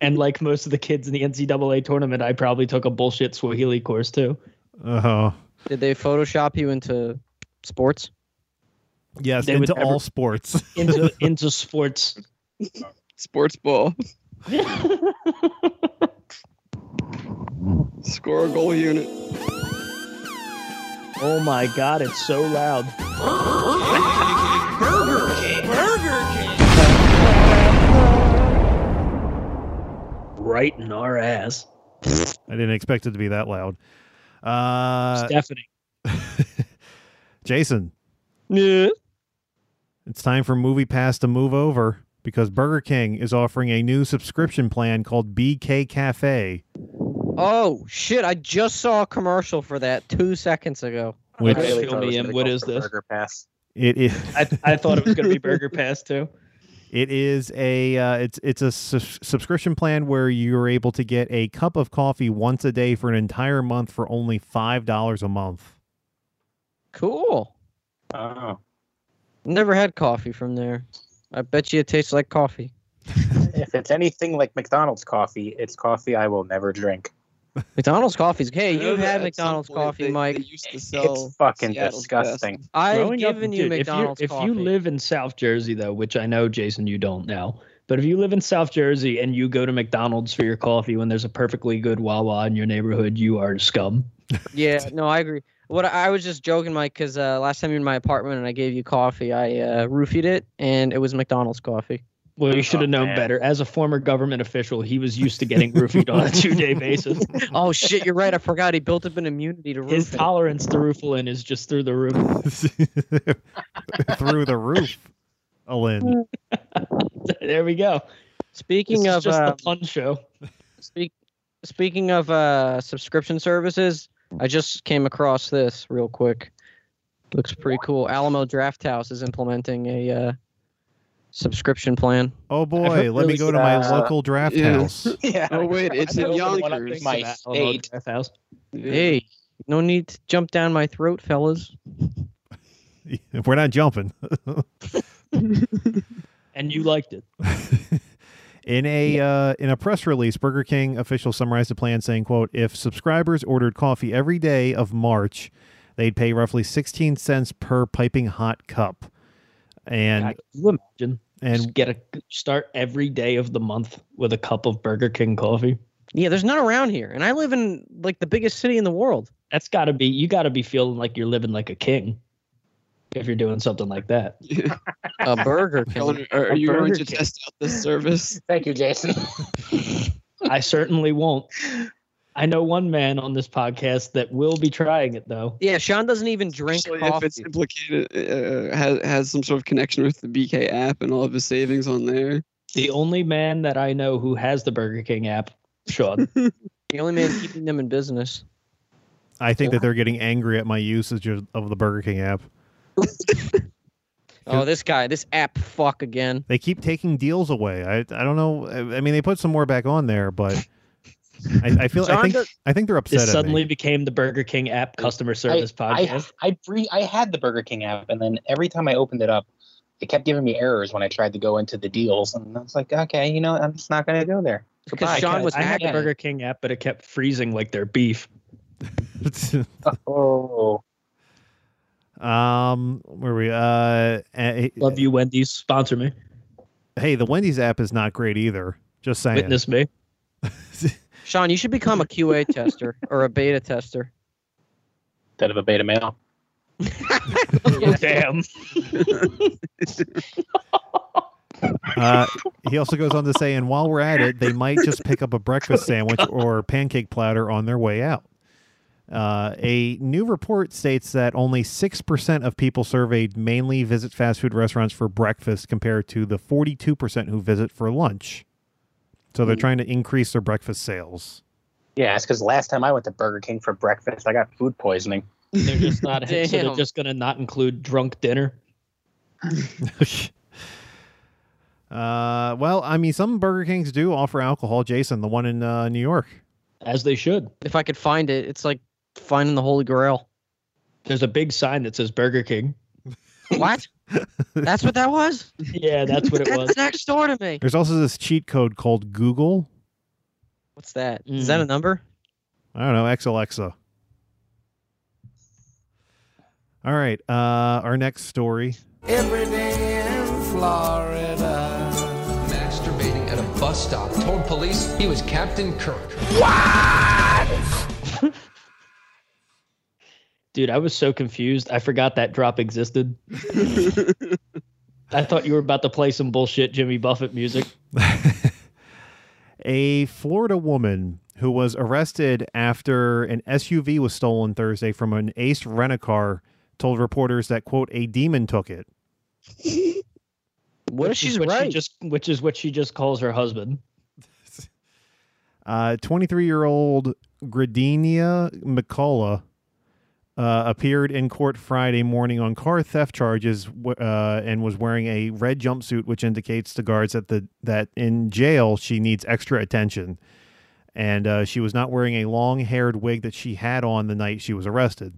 and like most of the kids in the NCAA tournament, I probably took a bullshit Swahili course too.
Oh,
Did they Photoshop you into sports?
yes,
They would
into
never-
all sports.
Into into sports. Oh
Sports ball. Score a goal unit.
Oh my god, it's so loud. Burger King! Burger King! Burger King! Right in our ass.
I didn't expect it to be that loud. Uh,
Stephanie.
Jason,
Yeah.
It's time for Movie Pass to move over because Burger King is offering a new subscription plan called BK Cafe,
Oh shit! I just saw a commercial for that two seconds ago.
which
I really
Fill
thought
me
it was
in,
gonna
what
go
is
for
this?
Burger Pass.
it is
I, I thought it was going to be Burger Pass too.
it is a uh, it's it's a sus- subscription plan where you're able to get a cup of coffee once a day for an entire month for only five dollars a month.
Cool.
Oh,
Never had coffee from there. I bet you it tastes like coffee.
if it's anything like McDonald's coffee, it's coffee I will never drink.
McDonald's coffee's hey,
I know
you've
that
had
at some
McDonald's
point
coffee,
they-
Mike.
They used to sell
it's fucking
Seattle's
disgusting.
best.
I've
Growing up-
given you
dude, if
McDonald's
if you,
coffee.
If you live in South Jersey, though, which I know, Jason, you don't now, but if you live in South Jersey and you go to McDonald's for your coffee when there's a perfectly good Wawa in your neighborhood, you are scum.
Yeah, no, I agree. What I I was just joking, Mike, because uh, last time you were in my apartment and I gave you coffee, I uh, roofied it, and it was McDonald's coffee.
Well, you should have
Oh,
known
man.
better. As a former government official, he was used to getting roofied on a two-day basis.
Oh shit, you're right. I forgot he built up an immunity to
His
roofing.
tolerance to roofing is just through the roof.
Through the roof, Alin.
there we go. This
Speaking
is
of
just
uh,
the pun show.
speak, speaking of uh, subscription services, I just came across this real quick. Looks pretty cool. Alamo Draft House is implementing a uh, subscription plan.
Oh boy,
heard
let me
really
go to my
sad-
local draft
Yeah.
house.
Yeah.
Oh wait, it's
I
in
know the one I'm
Yonkers.
thinking
My
about, although
state.
Draft House.
Hey, no need to jump down my throat, fellas.
If we're not jumping.
And you liked it.
In a uh, in a press release, Burger King official summarized the plan saying, "quote If subscribers ordered coffee every day of March, they'd pay roughly 16 cents per piping hot cup." And
I, can you imagine?
and
Just get a start every day of the month with a cup of Burger King coffee.
Yeah, there's none around here, and I live in like the biggest city in the world.
That's got to be you got to be feeling like you're living like a king if you're doing something like that.
A Burger King.
Ellen, are, are you going
Burger
to
King.
test out this service?
Thank you, Jason.
I certainly won't. I know one man on this podcast that will be trying it though.
Yeah, Sean doesn't even drink
Especially if
coffee.
it's implicated, uh, has has some sort of connection with the BK app and all of his savings on there.
The only man that I know who has the Burger King app, Sean.
The only man keeping them in business.
I think that they're getting angry at my usage of, of the Burger King app.
Oh, this guy, this app fuck again.
They keep taking deals away. I I don't know. I, I mean, they put some more back on there, but I, I feel I
John
think
does-
I think they're upset.
This
at me.
suddenly became the Burger King app customer service
I,
podcast.
I, bre- I had the Burger King app, and then every time I opened it up, it kept giving me errors when I tried to go into the deals. And I was like, okay, you know, I'm just not going to go there.
Because
Goodbye,
Sean
guys.
was
I had the
hacking.
Burger King app, but it kept freezing like their beef.
Oh,
um, where were we? Uh, eh,
Love you, Wendy's. Sponsor me.
hey, the Wendy's app is not great either. Just saying.
Witness me.
Sean, you should become a QA tester or a beta tester.
instead of a beta male.
Damn.
Uh, he also goes on to say, and while we're at it, they might just pick up a breakfast sandwich or pancake platter on their way out. Uh, a new report states that only 6% of people surveyed mainly visit fast food restaurants for breakfast compared to the 42% who visit for lunch. So they're trying to increase their breakfast sales.
Yeah, it's because last time I went to Burger King for breakfast, I got food poisoning.
They're just not. so they're
Damn.
just gonna not include drunk dinner.
uh, well, I mean, some Burger Kings do offer alcohol. Jason, the one in uh, New York.
As they should.
If I could find it, it's like finding the holy grail.
There's a big sign that says Burger King.
What? That's what that was?
Yeah, that's what it was.
That's next door to me.
There's also this cheat code called Google.
What's that? Is that a number?
I don't know, X Alexa. All right, uh, our next story.
Every day in Florida.
masturbating at a bus stop, told police he was Captain Kirk.
Dude, I was so confused. I forgot that drop existed. I thought you were about to play some bullshit Jimmy Buffett music.
A Florida woman who was arrested after an SUV was stolen Thursday from an Ace rent-a-car told reporters that quote a demon took it.
What if
which is
she's
what she
right?
just which is what she just calls her husband.
Uh, 23-year-old Gradinia McCullough uh, appeared in court Friday morning on car theft charges w- uh, and was wearing a red jumpsuit, which indicates to guards that the that in jail she needs extra attention. And uh, she was not wearing a long-haired wig that she had on the night she was arrested.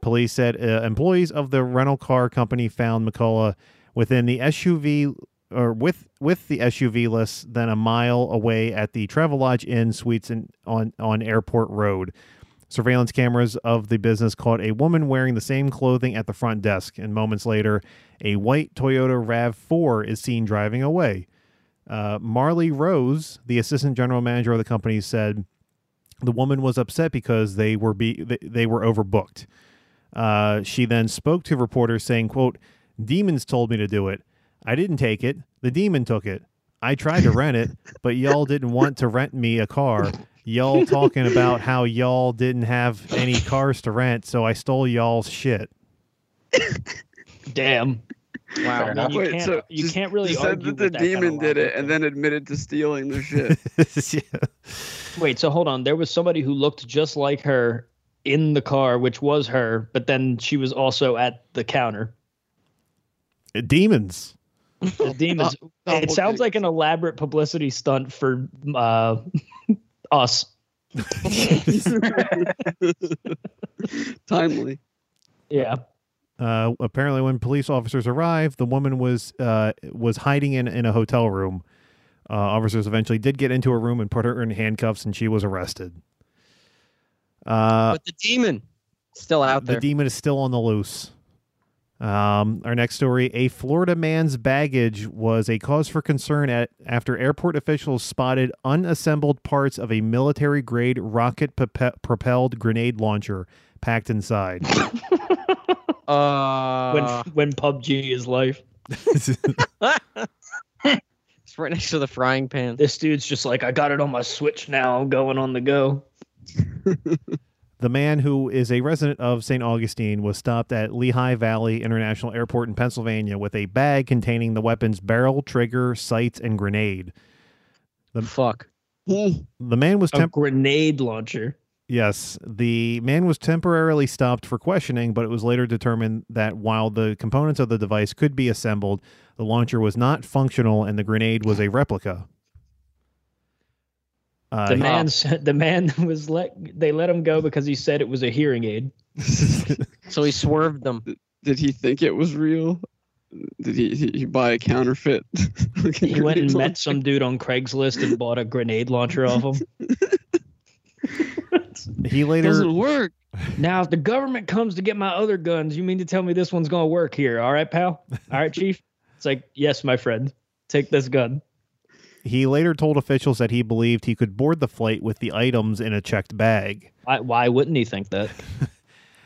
Police said uh, employees of the rental car company found McCullough within the SUV or with with the SUV less than a mile away at the Travelodge Inn Suites in, on on Airport Road. Surveillance cameras of the business caught a woman wearing the same clothing at the front desk, and moments later, a white Toyota RAV4 is seen driving away. Uh, Marley Rose, the assistant general manager of the company, said the woman was upset because they were be- they, they were overbooked. Uh, she then spoke to reporters saying, "quote Demons told me to do it. I didn't take it. The demon took it. I tried to rent it, but y'all didn't want to rent me a car. Y'all talking about how y'all didn't have any cars to rent, so I stole y'all's shit.
Damn.
Fair
wow.
enough.
You can't- you can't really
she said
argue
that the
with that kind of
demon did
logic,
it and
though.
then admitted to stealing the shit.
Yeah.
Wait, so hold on. There was somebody who looked just like her in the car, which was her, but then she was also at the counter.
Demons.
The demons.
Oh,
it sounds like an elaborate publicity stunt for uh, us.
Timely.
Yeah.
Uh, apparently, when police officers arrived, the woman was uh, was hiding in, in a hotel room. Uh, officers eventually did get into her room and put her in handcuffs, and she was arrested. Uh,
but the demon still out
the
there.
demon is still on the loose. Um, our next story: A Florida man's baggage was a cause for concern at after airport officials spotted unassembled parts of a military-grade rocket-propelled grenade launcher packed inside.
When
uh,
when PUBG is life,
it's right next to the frying pan.
this dude's just like, I got it on my Switch now. I'm going on the go.
The man who is a resident of St. Augustine was stopped at Lehigh Valley International Airport in Pennsylvania with a bag containing the weapon's barrel, trigger, sights, and grenade. The-
Fuck.
Hmm.
The man was
A
temp-
grenade launcher.
yes, the man was temporarily stopped for questioning, but it was later determined that while the components of the device could be assembled, the launcher was not functional and the grenade was a replica. Uh,
The man said the man was let they let him go because he said it was a hearing aid.
So he swerved them.
Did he think it was real? Did he, he, he buy a counterfeit?
He went and met some dude on Craigslist and bought a grenade launcher off him.
he later
Doesn't work.
Now, if the government comes to get my other guns, you mean to tell me this one's going to work here? All right, pal. All right, chief. It's like, yes, my friend. Take this gun.
He later told officials that he believed he could board the flight with the items in a checked bag.
Why, why wouldn't he think that?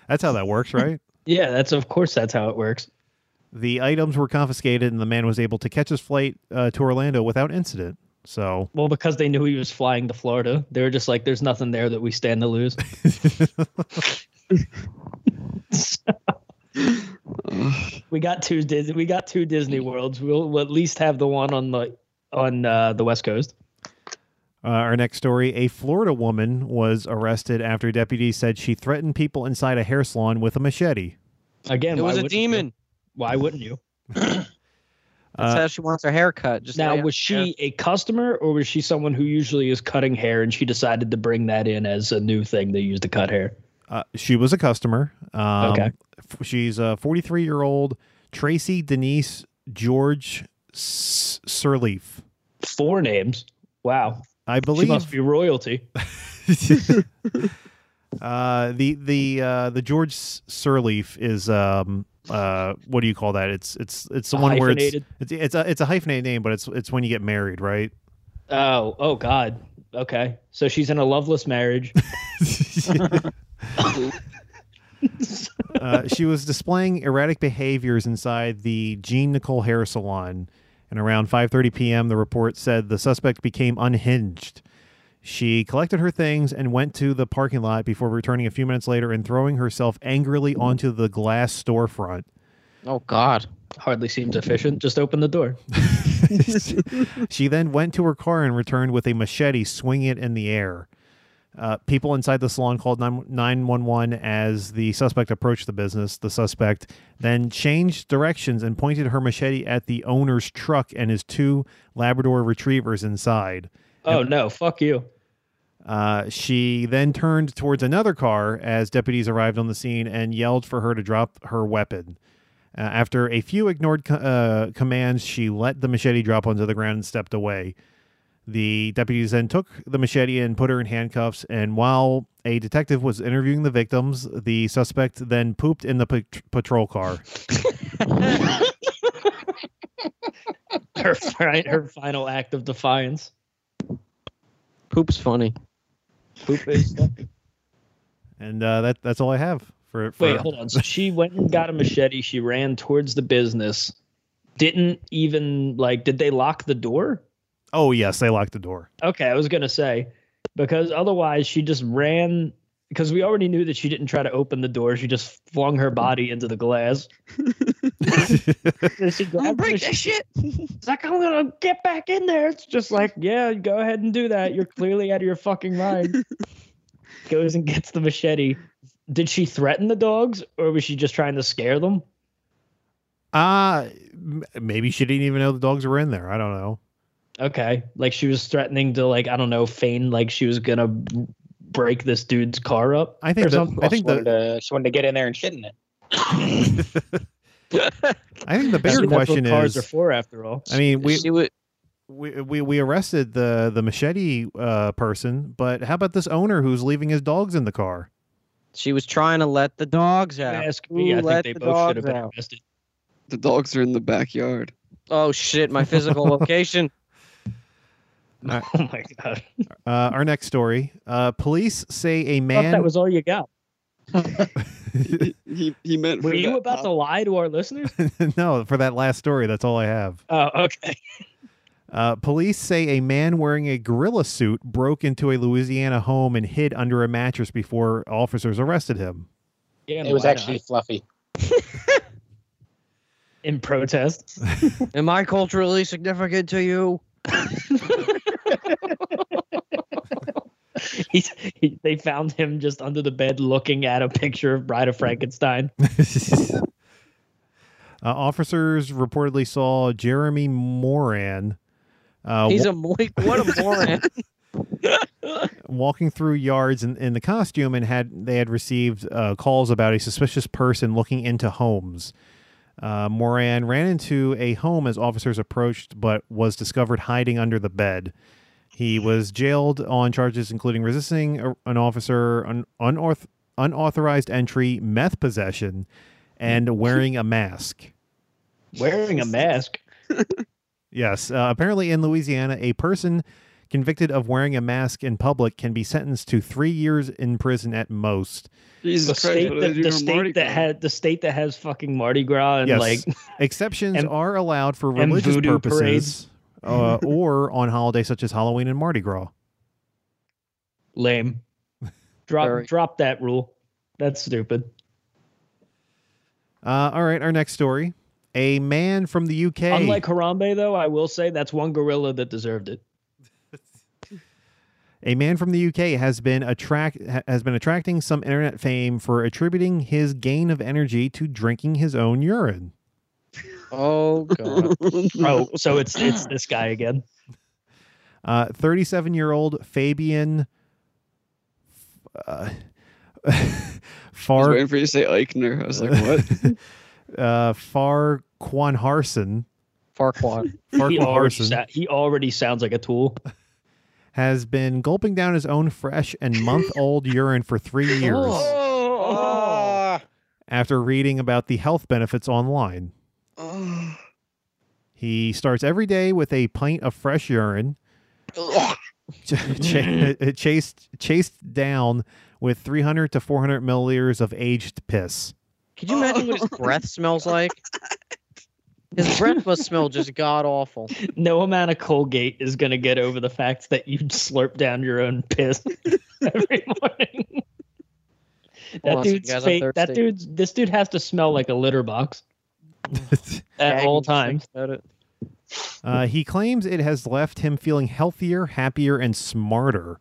That's how that works, right?
Yeah, that's of course that's how it works.
the items were confiscated, and the man was able to catch his flight uh, to Orlando without incident. So,
Well, because they knew he was flying to Florida, they were just like, "There's nothing there that we stand to lose." we got two Disney. We got two Disney Worlds. We'll, we'll at least have the one on the on uh, the West Coast.
uh, our next story a Florida woman was arrested after deputies said she threatened people inside a hair salon with a machete.
Again,
It
why
was a
wouldn't you?
demon.
Why wouldn't you?
That's
Uh,
how she wants her haircut. Just
Now,
like-
was she a customer or was she someone who usually is cutting hair and she decided to bring that in as a new thing they use to cut hair?
Uh, she was a customer. Um,
Okay.
f- she's a 43 year old Tracy Denise George S- Sirleaf.
Four names. Wow.
I
She
believe
must be royalty.
Uh, the the uh, the George S- Sirleaf is um uh what do you call that? It's it's it's the one where it's
Hyphenated.
it's it's a, it's a hyphenated name, but it's it's when you get married, right?
Oh, oh God. Okay. So she's in a loveless marriage.
uh, she was displaying erratic behaviors inside the Jean Nicole Hair Salon, and around 5:30 p.m., the report said the suspect became unhinged. She collected her things and went to the parking lot before returning a few minutes later and throwing herself angrily onto the glass storefront.
Oh God.
Hardly seems efficient. Just open the door.
she then went to her car and returned with a machete, swinging it in the air. Uh, people inside the salon called 9- 911 as the suspect approached the business. The suspect then changed directions and pointed her machete at the owner's truck and his two Labrador retrievers inside.
Oh no, fuck you.
Uh, she then turned towards another car as deputies arrived on the scene and yelled for her to drop her weapon. Uh, after a few ignored co- uh, commands, she let the machete drop onto the ground and stepped away. The deputies then took the machete and put her in handcuffs. And while a detective was interviewing the victims, the suspect then pooped in the pat- patrol car.
Her right, her final act of defiance.
Poop's funny.
Poop is
And uh, that that's all I have for. for
Wait, hold on. So she went and got a machete. She ran towards the business. Didn't even like. Did they lock the door?
Oh yes, they locked the door.
Okay, I was gonna say because otherwise she just ran. Because we already knew that she didn't try to open the door. She just flung her body into the glass. And she grabbed the machete.
shit.
It's like I'm gonna get back in there. It's just like, yeah, go ahead and do that. You're clearly out of your fucking mind. Goes and gets the machete, Did she threaten the dogs, or was she just trying to scare them?
Uh m- maybe she didn't even know the dogs were in there. I don't know.
Okay, like she was threatening to, like I don't know, feign like she was gonna break this dude's car up.
I think
Or
the,
something.
I
Well,
think
she, wanted
the
to, she wanted to get in there and shit in it.
I think the
I
bigger
mean, that's
question
what cars
is
are for after all.
I mean we
she would.
we, we we arrested the the machete uh, person, but how about this owner who's leaving his dogs in the car?
She was trying to let the dogs out.
Ask me,
Who
I think
let
they
the
both should
dogs
have been
out?
arrested.
The dogs are in the backyard.
Oh shit, my physical location.
Oh my god!
Uh, our next story: uh, police say a
I thought
man.
that was all you got.
he, he he meant.
Were
for
you
that
about to lie to our listeners?
no, for that last story, that's all I have.
Oh, okay.
Uh, police say a man wearing a gorilla suit broke into a Louisiana home and hid under a mattress before officers arrested him.
Yeah,
It was
why not?
actually fluffy.
in protest.
Am I culturally significant to you?
He's, he, they found him just under the bed looking at a picture of Bride of Frankenstein.
uh, officers reportedly saw Jeremy Moran uh,
He's a mo- what a moron.
walking through yards in, in the costume and had they had received uh, calls about a suspicious person looking into homes. Uh, Moran ran into a home as officers approached, but was discovered hiding under the bed. He was jailed on charges including resisting a- an officer, un- unauth- unauthorized entry, meth possession, and wearing a mask.
Wearing a mask.
Yes. Uh, apparently, in Louisiana, a person convicted of wearing a mask in public can be sentenced to three years in prison at most.
Jesus
The
Christ,
state,
what do
that,
they do
the
to Mardi
state that
Gras?
had the state that has fucking Mardi Gras and
Yes.
like
Exceptions
And-
are allowed for
and
religious
voodoo
purposes uh, or on holidays such as Halloween and Mardi Gras.
lame. Drop
Very-
drop that rule. That's stupid.
Uh, all right. Our next story. A man from the UK.
Unlike Harambe though, I will say that's one gorilla that deserved it.
A man from the UK has been attract ha- has been attracting some internet fame for attributing his gain of energy to drinking his own urine.
Oh god.
Oh, so it's it's this guy again.
Uh, 37-year-old Fabian uh,
I was
Far
waiting for you to say Eichner. I was like, what?
uh, Far Quanharson
Farquaad.
Far
He already,
Quanharson
sa- he already sounds like a tool.
has been gulping down his own fresh and month-old urine for three years
Oh,
after reading about the health benefits online.
Oh,
He starts every day with a pint of fresh urine, ch- ch- uh, chased chased down with 300 to 400 milliliters of aged piss.
Could you imagine what his
Oh.
breath smells like? His breath must smell just god awful.
No amount of Colgate is going to get over the fact that you slurp down your own piss every morning.
Hold on a second,
that dude's
guys, I'm
fake, that
thirsty.
dude's this dude has to smell like a litter box at
Agnes
all
thinks
times.
about it.
Uh, he claims it has left him feeling healthier, happier, and smarter.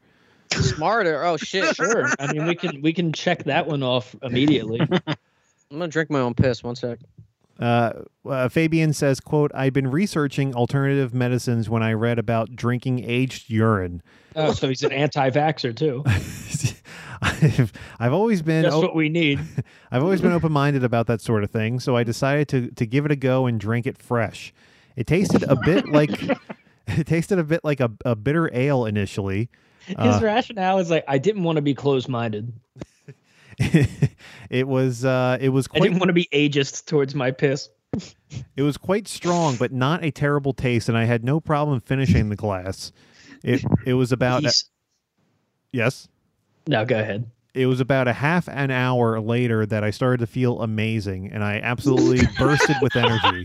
Smarter. Oh shit.
Sure. I mean we can we can check that one off immediately.
I'm gonna drink my own piss. One sec.
Uh, uh, Fabian says, "quote I've been researching alternative medicines when I read about drinking aged urine.
Oh, so he's an anti-vaxxer too.
I've I've always been
That's
o-
what we need.
I've always been open minded about that sort of thing, so I decided to, to give it a go and drink it fresh. It tasted a bit like it tasted a bit like a, a bitter ale initially. Uh,
His rationale is like I didn't want to be closed-minded.
Uh, it was uh, it was
I
quite
didn't want to be ageist towards my piss.
it was quite strong, but not a terrible taste, and I had no problem finishing the glass. It it was about
He's-
yes.
No, go ahead.
It was about a half an hour later that I started to feel amazing, and I absolutely bursted with energy.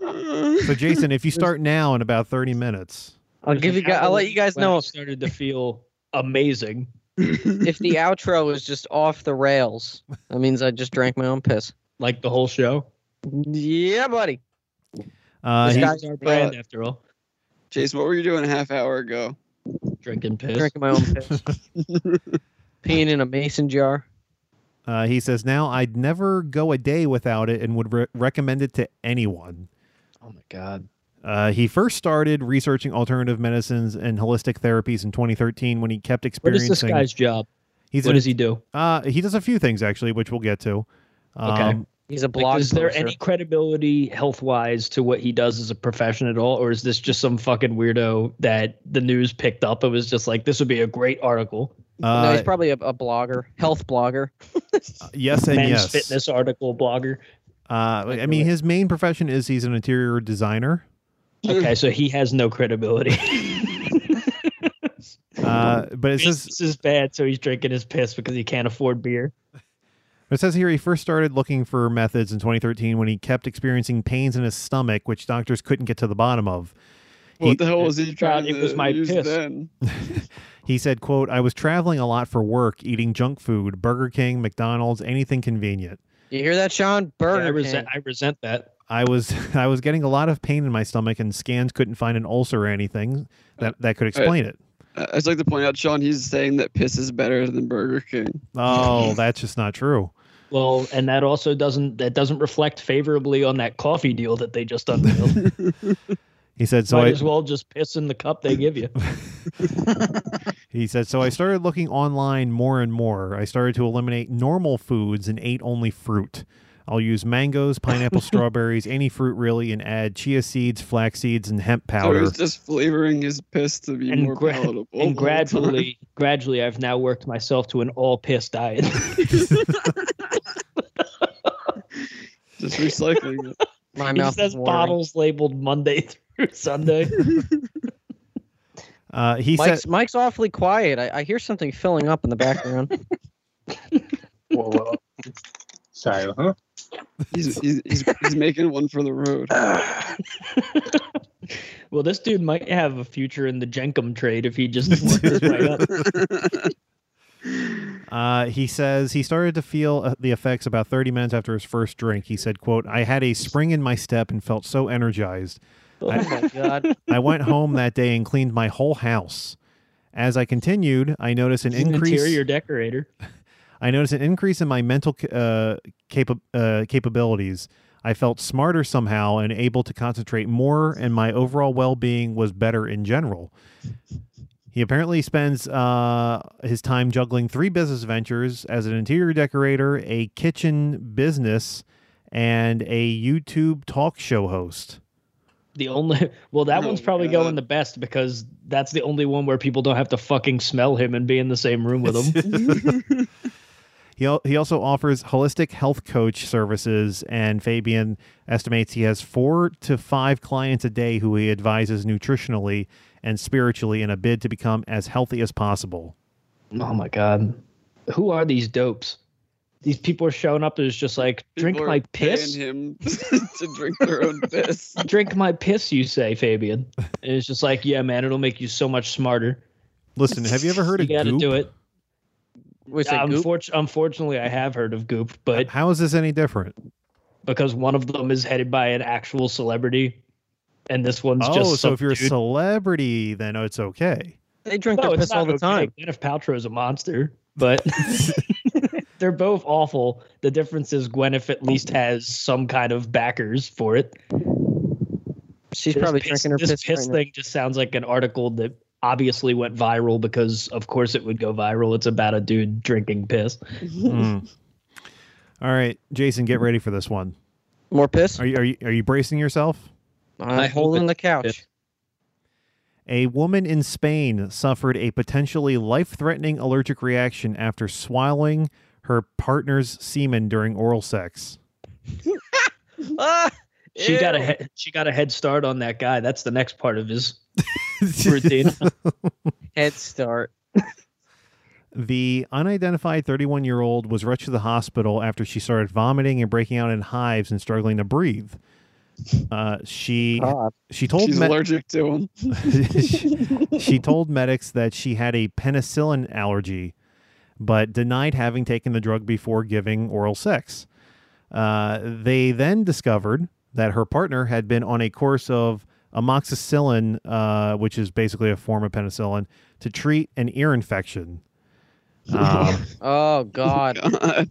So, Jason, if you start now in about thirty minutes,
I'll give you guys. I'll let you guys
When I
know
started to feel amazing.
if the outro is just off the rails. That means I just drank my own piss.
like the whole show.
Yeah, buddy.
uh,
this
he-
guy's our brand after all.
Jason, what were you doing a half hour ago?
Drinking piss.
Drinking my own piss. Peeing in a mason jar.
Uh, he says, Now I'd never go a day without it and would re- recommend it to anyone.
Oh my god.
Uh, he first started researching alternative medicines and holistic therapies in 2013 when he kept
What is
experiencing.
this guy's job?
he's
what
an-
does he do?
Uh, he does a few things actually, which we'll get to.
Okay.
Um,
He's a blog
Like, is there
poster.
any credibility health wise to what he does as a profession at all, or is this just some fucking weirdo that the news picked up? It was just like this would be a great article,
no,
uh,
he's probably a, a blogger, health blogger.
yes and
men's
yes.
fitness article blogger.
Uh, I mean, his main profession is he's an interior designer.
Okay, so he has no credibility.
Uh, but it says
This is bad, so he's drinking his piss because he can't afford beer.
It says here he first started looking for methods in 2013 when he kept experiencing pains in his stomach, which doctors couldn't get to the bottom of.
What
He-
the hell was he trying
God, it
to
was my
use
piss.
then?
He said, quote, I was traveling a lot for work, eating junk food, Burger King, McDonald's, anything convenient.
You hear that, Sean?
Yeah,
Burger
I resent.
King.
I resent that.
I was I was getting a lot of pain in my stomach and scans couldn't find an ulcer or anything that, that could explain it.
I- I'd just like to point out, Sean, he's saying that piss is better than Burger King.
Oh, that's just not true.
Well, and that also doesn't that doesn't reflect favorably on that coffee deal that they just unveiled.
He said so
Might
I,
as well just piss in the cup they give you.
he said so I started looking online more and more. I started to eliminate normal foods and ate only fruit. I'll use mangoes, pineapple, strawberries, any fruit really, and add chia seeds, flax seeds, and hemp
So
powder.
he's just flavoring his piss to be
And
more
gra-
palatable. the whole
and
time.
gradually, gradually, I've now worked myself to an all piss diet.
just recycling it.
My
he
mouth
says
is watering.
bottles labeled Monday through Sunday.
Uh, he
Mike's,
said
Mike's awfully quiet. I, I hear something filling up in the background.
Whoa, whoa. Sorry. Huh?
He's, he's, he's, he's making one for the road.
well, this dude might have a future in the Jenkum trade if he just works his way up.
uh, he says he started to feel uh, the effects about 30 minutes after his first drink. He said, "quote I had a spring in my step and felt so energized.
oh my god!
I went home that day and cleaned my whole house. As I continued, I noticed an
He's an
increase.
interior decorator.
I noticed an increase in my mental ca- uh, capa- uh, capabilities. I felt smarter somehow and able to concentrate more, and my overall well being was better in general. He apparently spends uh, his time juggling three business ventures as an interior decorator, a kitchen business, and a YouTube talk show host.
The only well, that
Oh,
one's probably
God.
going the best because that's the only one where people don't have to fucking smell him and be in the same room with him.
He, al- he also offers holistic health coach services, and Fabian estimates he has four to five clients a day who he advises nutritionally and spiritually in a bid to become as healthy as possible.
oh my god, who are these dopes? These people are showing up as just like drink
People are
my
paying
piss.
him to drink their own piss.
Drink my piss, you say, Fabian. And it's just like, yeah, man, it'll make you so much smarter.
Listen, have you ever heard
You
of
gotta
goop?
do it.
Was it goop?
Unfortu- unfortunately, I have heard of Goop, but
How is this any different?
because one of them is headed by an actual celebrity, and this one's just
oh, so
some
if you're a
dude.
celebrity, then it's okay.
They drink
no,
their
it's
piss
not
all the
okay.
time.
Gwyneth Paltrow is a monster, but they're both awful. The difference is Gwyneth at least has some kind of backers for it.
She's
This
probably
piss-
drinking her
this
piss.
piss
right now.
thing just sounds like an article that obviously went viral because of course it would go viral it's about a dude drinking piss
Hmm. All right, Jason, get ready for this one.
More piss.
Are you, are you, are you bracing yourself?
I
I'm
hope
holding
it-
the couch.
A woman in Spain suffered a potentially life threatening allergic reaction after swallowing her partner's semen during oral sex.
Ah,
she got a
ew.
he- she got a head start on that guy that's the next part of his routine
head start.
the unidentified 31 year old was rushed to the hospital after she started vomiting and breaking out in hives and struggling to breathe. Uh, she
God.
she told
She's
me-
allergic to him.
she told medics that she had a penicillin allergy, but denied having taken the drug before giving oral sex. Uh, they then discovered that her partner had been on a course of amoxicillin, uh, which is basically a form of penicillin, to treat an ear infection. Um,
Oh God.
God.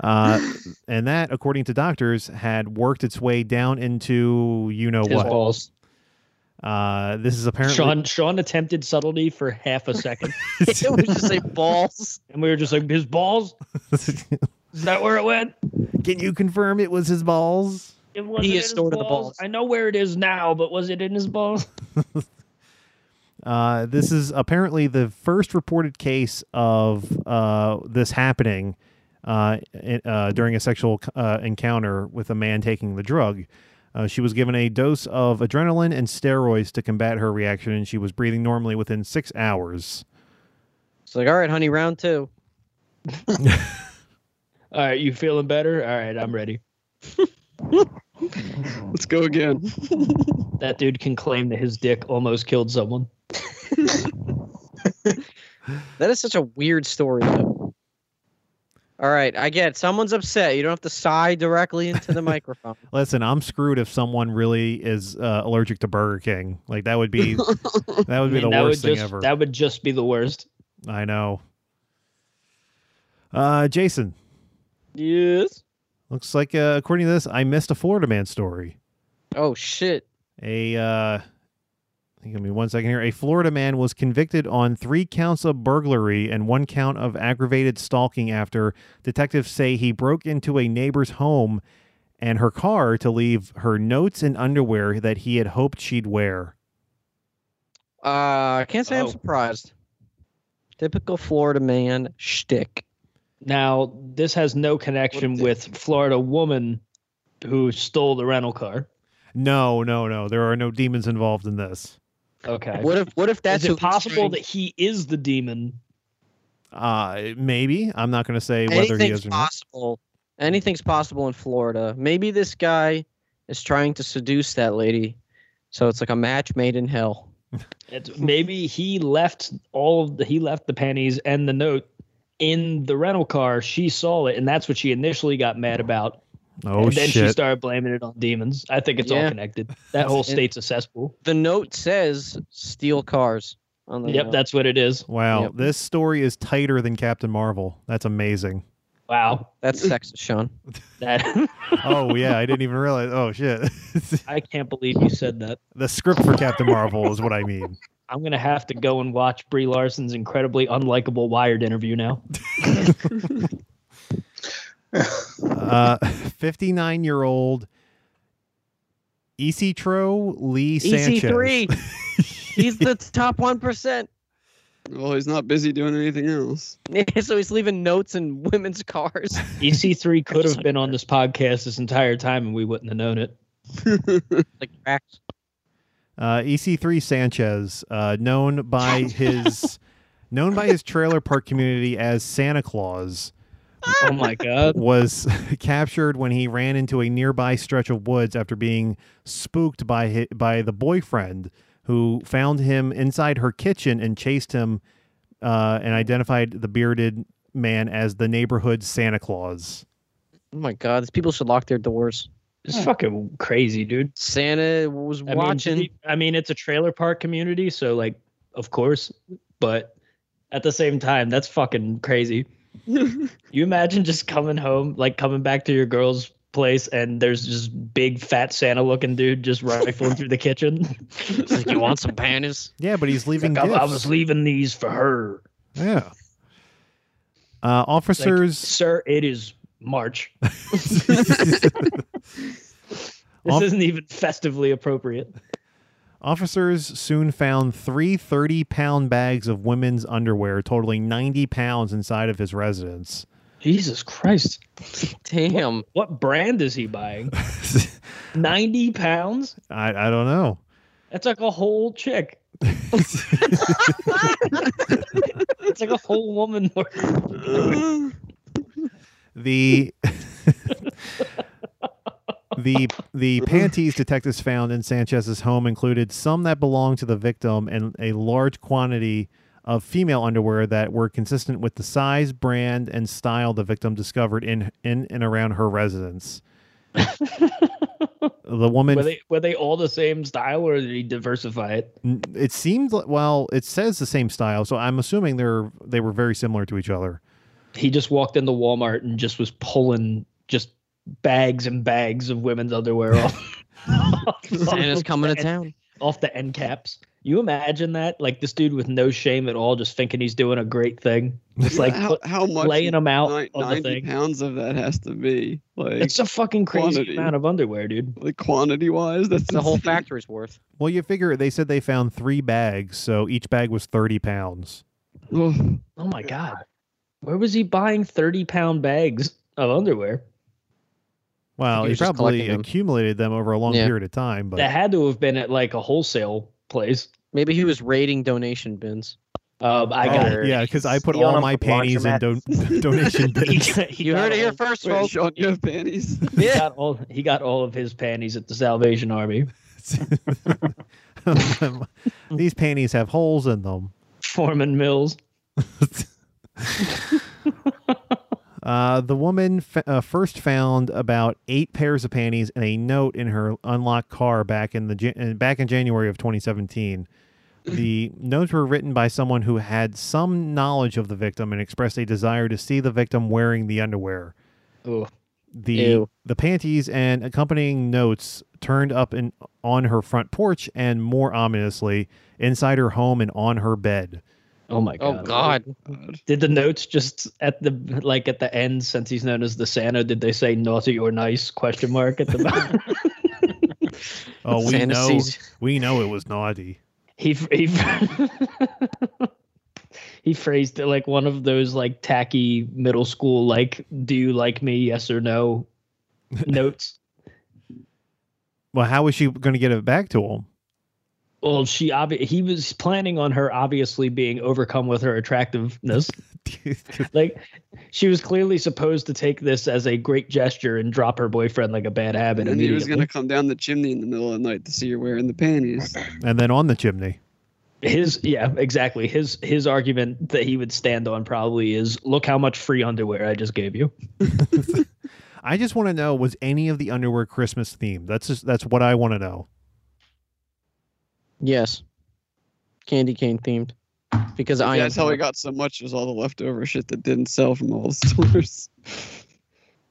Uh, and that, according to doctors, had worked its way down into you know
His
what.
balls.
Uh, this is apparently
Sean Sean attempted subtlety for half a second,
it was just a balls.
and we were just like, "His balls? Is that where it went?
Can you confirm it was his balls?
It was
He is
it in his
stored in the balls.
I know where it is now, but was it in his balls?
Uh, this is apparently the first reported case of uh, this happening uh, in, uh, during a sexual uh, encounter with a man taking the drug. Uh, she was given a dose of adrenaline and steroids to combat her reaction, and she was breathing normally within six hours.
It's like, all right, honey, round two.
All right, you feeling better? All right, I'm ready.
Let's go again.
That dude can claim that his dick almost killed someone.
That is such a weird story, though. All right, I get it. someone's upset. You don't have to sigh directly into the microphone.
Listen, I'm screwed if someone really is uh, allergic to Burger King. Like that would be that would be
I
the
mean,
worst
would
thing
just,
ever.
That would just be the worst.
I know. Uh, Jason,
Yes.
looks like uh, according to this, I missed a Florida man story.
Oh shit!
A uh give me one second here. A Florida man was convicted on three counts of burglary and one count of aggravated stalking after detectives say he broke into a neighbor's home and her car to leave her notes and underwear that he had hoped she'd wear.
Uh, I can't say I'm
Oh.
surprised. Typical Florida man shtick.
Now, this has no connection with Florida woman who stole the rental car.
No, no, no. There are no demons involved in this.
Okay.
What if? What if that's
Is
who
it
he's
possible
trying-
that he is the demon?
Uh maybe. I'm not gonna say whether he
anything's
is or not.
possible? Anything's possible in Florida. Maybe this guy is trying to seduce that lady, so it's like a match made in hell.
It's, maybe he left all of the, he left the panties and the note in the rental car. She saw it, and that's what she initially got mad about.
Oh
and then she
shit.
started blaming it on demons. I think it's
Yeah.
all connected. That whole
It's- it-
state's a cesspool.
The note says steal cars. On the
Yep,
note.
that's what it is.
wow,
Yep.
this story is tighter than Captain Marvel. That's amazing.
Wow.
that's sexist, Sean.
That
oh yeah, I didn't even realize. Oh shit.
I can't believe you said that.
the script for Captain Marvel is what I mean.
I'm gonna have to go and watch Brie Larson's incredibly unlikable Wired interview now.
Uh, 59 year old Ecitro
E
Lee Sanchez.
EC3. He's the top one percent.
Well, he's not busy doing anything else.
So he's leaving notes in women's cars.
EC3 E could have been on this podcast this entire time and we wouldn't have known it.
like cracks.
Uh, EC3 Sanchez, uh, known by his known by his trailer park community as Santa Claus,
Oh my god.
was captured when he ran into a nearby stretch of woods after being spooked by hi by the boyfriend who found him inside her kitchen and chased him uh, and identified the bearded man as the neighborhood Santa Claus.
Oh my god, these people should lock their doors.
It's fucking crazy, dude.
Santa was
I
watching.
Mean, I mean it's a trailer park community, so like of course, but at the same time, that's fucking crazy. you imagine just coming home, like coming back to your girl's place and there's just big fat Santa looking dude just rifling through the kitchen.
It's like, you want some panties?
Yeah, but he's leaving
Like, I, I
gifts.
was leaving these for her.
yeah. Uh,
It's like,
officers.
Sir, it is March. This
Off-
isn't even festively appropriate.
Officers soon found three 30 pound bags of women's underwear totaling 90 pounds inside of his residence.
Jesus Christ.
Damn.
What brand is he buying? 90 pounds?
I, I don't know.
That's like a whole chick. It's like a whole woman.
the the the panties detectives found in Sanchez's home included some that belonged to the victim and a large quantity of female underwear that were consistent with the size, brand, and style the victim discovered in in and around her residence. the woman
Were they were they all the same style or did he diversify it?
N- It seemed li- well. It says the same style, so I'm assuming they're they were very similar to each other.
he just walked into Walmart and just was pulling just bags and bags of women's underwear off.
Santa's coming to
the-
town.
off the end caps. You imagine that? Like this dude with no shame at all, just thinking he's doing a great thing. It's like
how, how much
laying them out
nine-
on the
90
thing.
pounds of that has to be like
It's a fucking crazy
quantity.
amount of underwear, dude.
like quantity wise that's
The whole
insane.
factory's worth.
Well, you figure they said they found three bags, so each bag was 30 pounds.
Ugh.
Oh my god, where was he buying thirty pound bags of underwear?
Wow,
he
he
was just
probably
collecting them.
accumulated them over a long
Yeah.
period of time, but
That had to have been at like a wholesale place.
Maybe he was raiding donation bins.
Um, I
Oh,
got
it.
yeah, because I put
Stealing
all
them
my
from
panties in don- donation bins.
You heard it here first,
Wait,
folks.
Sean, you have panties?
He got all he got all of his panties at the Salvation Army.
These panties have holes in them.
Foreman Mills.
Uh, the woman f- uh, first found about eight pairs of panties and a note in her unlocked car back in the Jan- uh, back in January of 2017. The notes were written by someone who had some knowledge of the victim and expressed a desire to see the victim wearing the underwear.
Ooh.
The
Ew.
the panties and accompanying notes turned up in on her front porch and more ominously inside her home and on her bed.
Oh my
Oh God.
god.
God.
Did the notes just at the like at the end, since he's known as the Santa, did they say naughty or nice question mark at the bottom?
Oh, we
Santa
know
sees-
we know it was naughty.
he he he phrased it like one of those like tacky middle school like do you like me yes or no notes.
Well, how was she going to get it back to him?
Well, she obvi- he was planning on her obviously being overcome with her attractiveness. like she was clearly supposed to take this as a great gesture and drop her boyfriend like a bad habit.
And then he was
immediately.
gonna come down the chimney in the middle of the night to see her wearing the panties.
and then on the chimney.
his yeah exactly his his argument that he would stand on probably is look how much free underwear i just gave you
I just want to know was any of the underwear Christmas themed? That's just that's what I want to know.
Yes. Candy cane themed. Because I
yeah,
am
that's how we
Santa.
got so much was all the leftover shit that didn't sell from all the stores.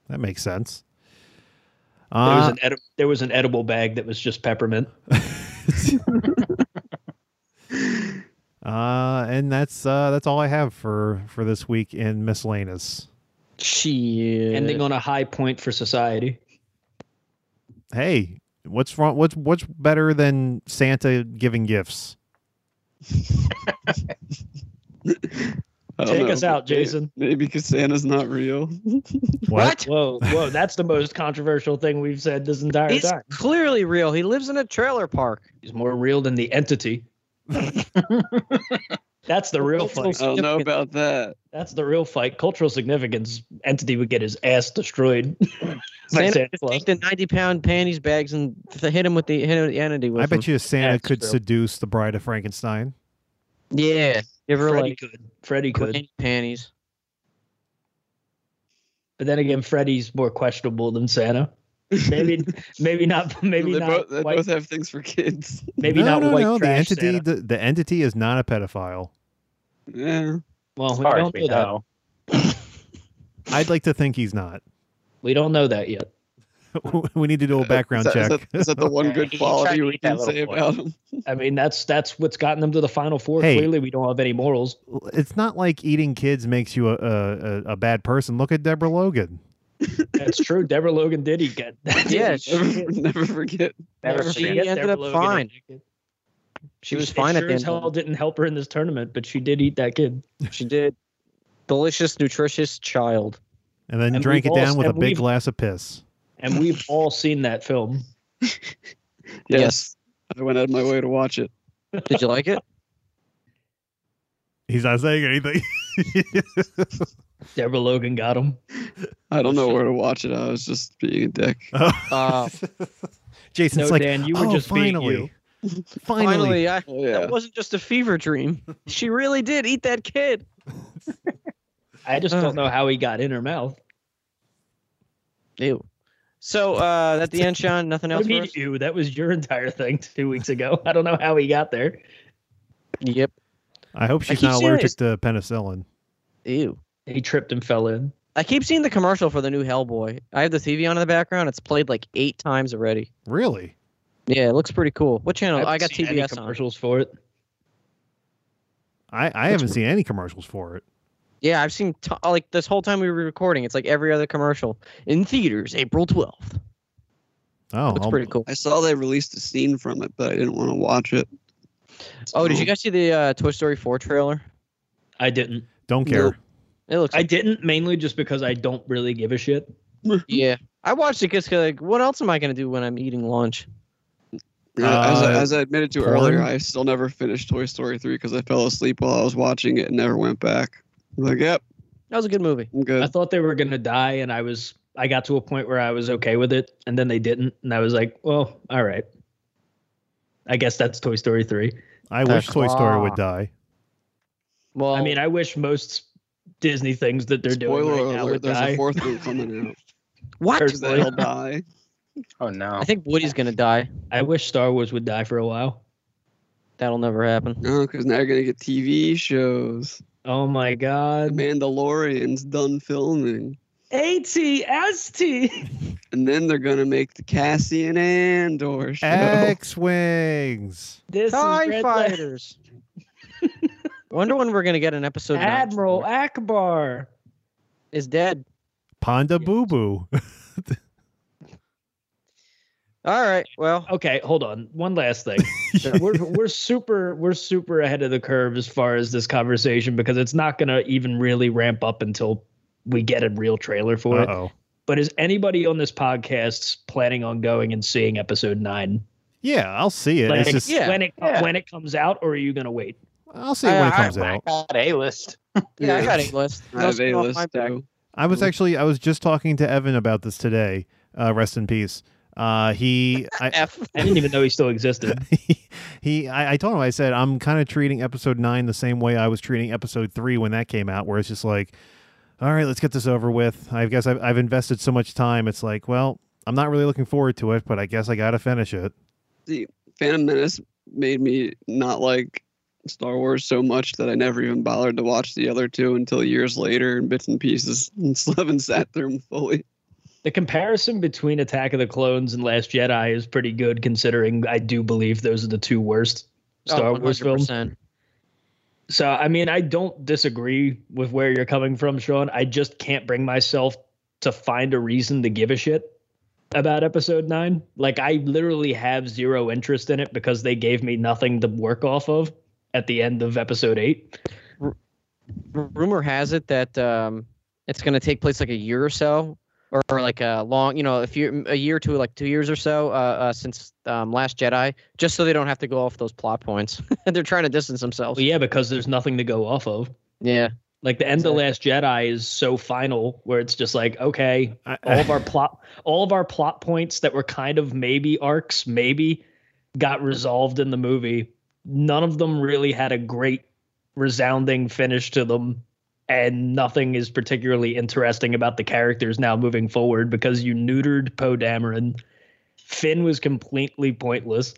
That makes sense.
there was
Uh,
an edi- there was an edible bag that was just peppermint
uh, and that's uh, that's all I have for for this week in miscellaneous.
Shit.
ending on a high point for society
Hey, what's wrong? What's what's better than Santa giving gifts?
I don't
take
know.
us out jason
Maybe because Santa's not real.
What?
whoa whoa that's the most controversial thing we've said this entire
He's
time
clearly real. He lives in a trailer park.
he's more real than the entity that's the real
Cultural
fight
I don't know
significance.
about that.
that's the real fight cultural significance entity would get his ass destroyed by
Santa
Santa
just
Claus.
take the ninety-pound panties bags and th- hit him with the hit him with the entity. With
I bet you Santa
That's
could
true.
seduce the bride of Frankenstein.
you. Yeah. Give her
Freddie
like
could. Freddie could.
granny panties.
But then again, Freddy's more questionable than Santa. Maybe, maybe not. Maybe
they,
not.
both, they
white,
both have things for kids.
maybe
no,
not
no,
white
no. The
trash
entity,
Santa.
the, the entity is not a pedophile.
Yeah.
Well,
As
we
far as
don't
we
know that.
know.
I'd like to think he's not.
We don't know that yet.
we need to do a background
is
check.
that, Is that, is that the one
Yeah,
good
he tried
quality
to
we
eat that
can
little
say
boy.
about him?
I mean, that's that's what's gotten them to the final four.
Hey.
Clearly, we don't have any morals.
it's not like eating kids makes you a, a, a- a bad person. Look at Deborah Logan.
That's true. Deborah Logan did eat good.
Yeah,
Never, never forget.
Never
She
forget.
ended up fine. She was fine
it
at
sure
the
as
end.
hell
of
didn't help her in this tournament, but she did eat that kid.
it. She did. Delicious, nutritious child.
And then
And
drank it
we've
down
also-
with a
and
big
we've-
glass of piss.
And we've all seen that film.
Yes.
I went out of my way to watch it.
Did you like it?
He's not saying anything.
Deborah Logan got him.
I don't know where to watch it. I was just being a dick.
Uh,
Jason's
no,
Oh. like,
Dan, you were
"Oh,
just being
finally,
you."
finally,
finally, I,
Oh, yeah.
that wasn't just a fever dream. She really did eat that kid.
I just don't know how he got in her mouth.
Ew. So uh, at the end, Sean, nothing
What
else
do
for
you mean
us?
you? That was your entire thing two weeks ago. I don't know how he got there.
Yep.
I hope she's
keep
not
saying
allergic
it's-
to penicillin.
Ew.
He tripped and fell in.
I keep seeing the commercial for the new Hellboy. I have the TV on in the background. It's played like eight times already.
Really?
Yeah, it looks pretty cool. What channel?
haven't
I, got
seen any
TBS on.
commercials for it.
I, I haven't seen any commercials for it.
Yeah, I've seen t- like this whole time we were recording. It's like every other commercial in theaters, April twelfth.
Oh,
Looks
I'll-
pretty cool.
I saw they released a scene from it, but I didn't want to watch it.
Oh, did you guys see the uh, Toy Story four trailer?
I didn't.
don't care.
Nope.
It looks.
I didn't mainly just because I don't really give a shit.
yeah, I watched it because like, what else am I gonna do when I'm eating lunch?
Yeah, as, I,
Uh,
as I admitted to
porn?
earlier, I still never finished Toy Story 3 because I fell asleep while I was watching it and never went back. I'm like, yep,
That was a good movie.
I'm
I
good.
thought they were gonna die, and I was. I got to a point where I was okay with it, and then they didn't, and I was like, well, all right. I guess that's Toy Story three.
I wish Toy Story would
clock.
die.
Well,
I mean, I wish most Disney things that they're
Spoiler
doing right now
alert,
would
there's
die.
a fourth one coming out.
what?
Or-
Because they'll die.
Oh no.
I think Woody's gonna die.
I wish Star Wars would die for a while.
That'll never happen.
No, because now you're going to get TV shows.
Oh my
The
God!
Mandalorian's done filming.
ATST.
And then they're going to make the Cassian Andor show.
X Wings.
This is
TIE
Red
fighters. Wonder when we're gonna get an episode.
Letter.
nine.
Admiral Akbar.
is dead.
Panda Boo Boo.
All right. Well,
Okay, hold on. One last thing. we're we're super we're super ahead of the curve as far as this conversation because it's not going to even really ramp up until we get a real trailer
Uh
for it.
oh.
But is anybody on this podcast planning on going and seeing episode 9?
Yeah, I'll see it.
Like
it's just
yeah.
when it
Yeah.
when it comes out or are you going to wait?
I'll see it when it
I-
comes
I
out.
got A list.
yeah, I got
Yeah.
a list.
I have
spin
a
off
list
my back.
too.
I was
Mm.
actually I was just talking to Evan about this today. Uh, rest in peace. Uh, he I,
F.
I didn't even know he still existed.
he I, I told him I said I'm kind of treating episode nine the same way I was treating episode three when that came out, where it's just like, all right, let's get this over with. I guess I've, I've invested so much time. It's like, well, I'm not really looking forward to it, but I guess I gotta finish it.
Phantom Menace made me not like Star Wars so much that I never even bothered to watch the other two until years later in bits and pieces and still haven't sat through them fully.
The comparison between Attack of the Clones and Last Jedi is pretty good considering I do believe those are the two worst
Oh,
Star Wars films. So, I mean, I don't disagree with where you're coming from, Sean. I just can't bring myself to find a reason to give a shit about episode nine. Like, I literally have zero interest in it because they gave me nothing to work off of at the end of episode eight.
Rumor has it that um, it's going to take place like a year or so, or, or like a long, you know, if you a year to like two years or so uh, uh, since um, Last Jedi, just so they don't have to go off those plot points. They're trying to distance themselves.
Well, yeah, because there's nothing to go off of.
Yeah.
Like, the end of Last Jedi is so final where it's just like, okay,
I,
all of our plot all of our plot points that were kind of maybe arcs maybe got resolved in the movie none of them really had a great resounding finish to them and nothing is particularly interesting about the characters now moving forward because you neutered Poe Dameron Finn was completely pointless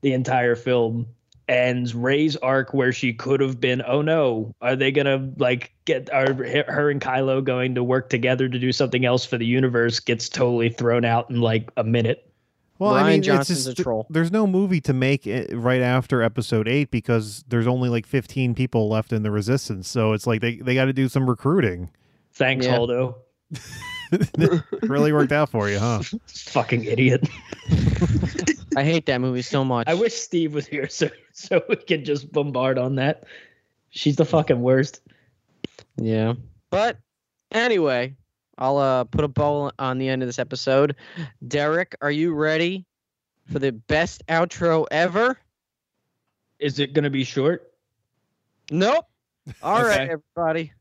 the entire film and Ray's arc where she could have been, oh no, are they gonna like get are her and Kylo going to work together to do something else for the universe gets totally thrown out in like a minute.
Well,
Ryan
I mean, it's
Johnson's
just-
a troll.
There's no movie to make it right after episode eight because there's only like 15 people left in the resistance. So it's like they, they got to do some recruiting.
Thanks,
Yeah.
Holdo.
it really worked out for you, huh?
Fucking idiot.
I hate that movie so much.
I wish Steve was here so so we could just bombard on that. She's the fucking worst.
Yeah. But anyway, I'll uh, put a bow on the end of this episode. Derek, are you ready for the best outro ever?
Is it gonna be short?
Nope. All right,
Okay.
everybody.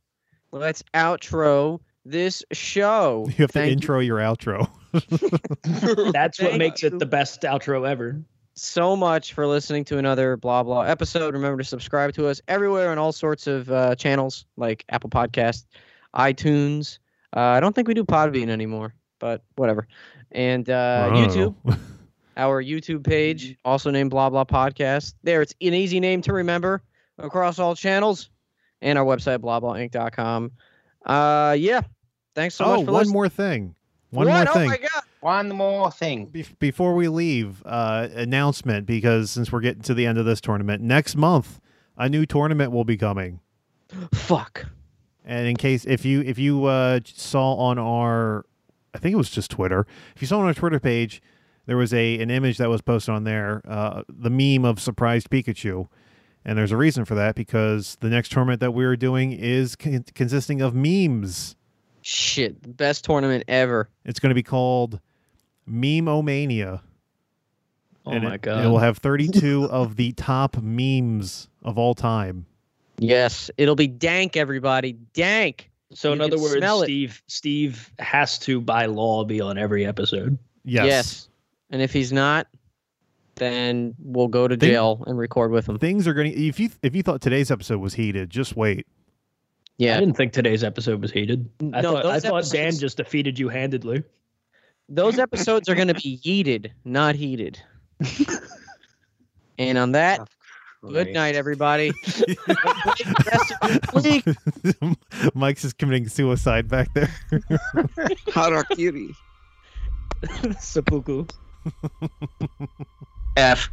Let's outro this show.
You have to
Thank you
intro your outro.
That's what
Thank
makes
you.
it the best outro ever.
so much for listening to another blah blah episode. Remember to subscribe to us everywhere on all sorts of uh, channels like Apple Podcast, iTunes. Uh, I don't think we do Podbean anymore, but whatever. And uh,
I don't
YouTube.
know.
our YouTube page,
Mm-hmm.
also named Blah Blah Podcast. There, it's an easy name to remember across all channels, and our website, blahblahinc.com. Uh, yeah. Thanks so
oh,
much for
one
listening.
more thing. One
What?
more
Oh
thing.
my god.
One more thing.
Bef- before we leave, uh, announcement because since we're getting to the end of this tournament, next month a new tournament will be coming.
Fuck.
And in case if you if you uh, saw on our, I think it was just Twitter. If you saw on our Twitter page, there was a an image that was posted on there, uh, the meme of surprised Pikachu, and there's a reason for that because the next tournament that we're doing is con- consisting of memes.
Shit. the Best tournament ever.
It's going to be called Meme-O-Mania.
Oh
and
my
it,
god.
It will have 32 of the top memes of all time.
Yes. It'll be dank, everybody. Dank.
so in
you can
other words,
smell it.
Steve Steve has to by law be on every episode.
Yes.
And if he's not, then we'll go to
Think-
jail and record with him.
Things are going to if you if you thought today's episode was heated, just wait.
Yeah.
I didn't think today's episode was heated. I
No,
thought, I
those
thought Dan
episodes-
just defeated you handedly.
Those episodes are going to be yeeted, not heated. and on that, good night, everybody. Rest of your week.
Mike's is committing suicide back there.
Harakiri.
Seppuku.
F.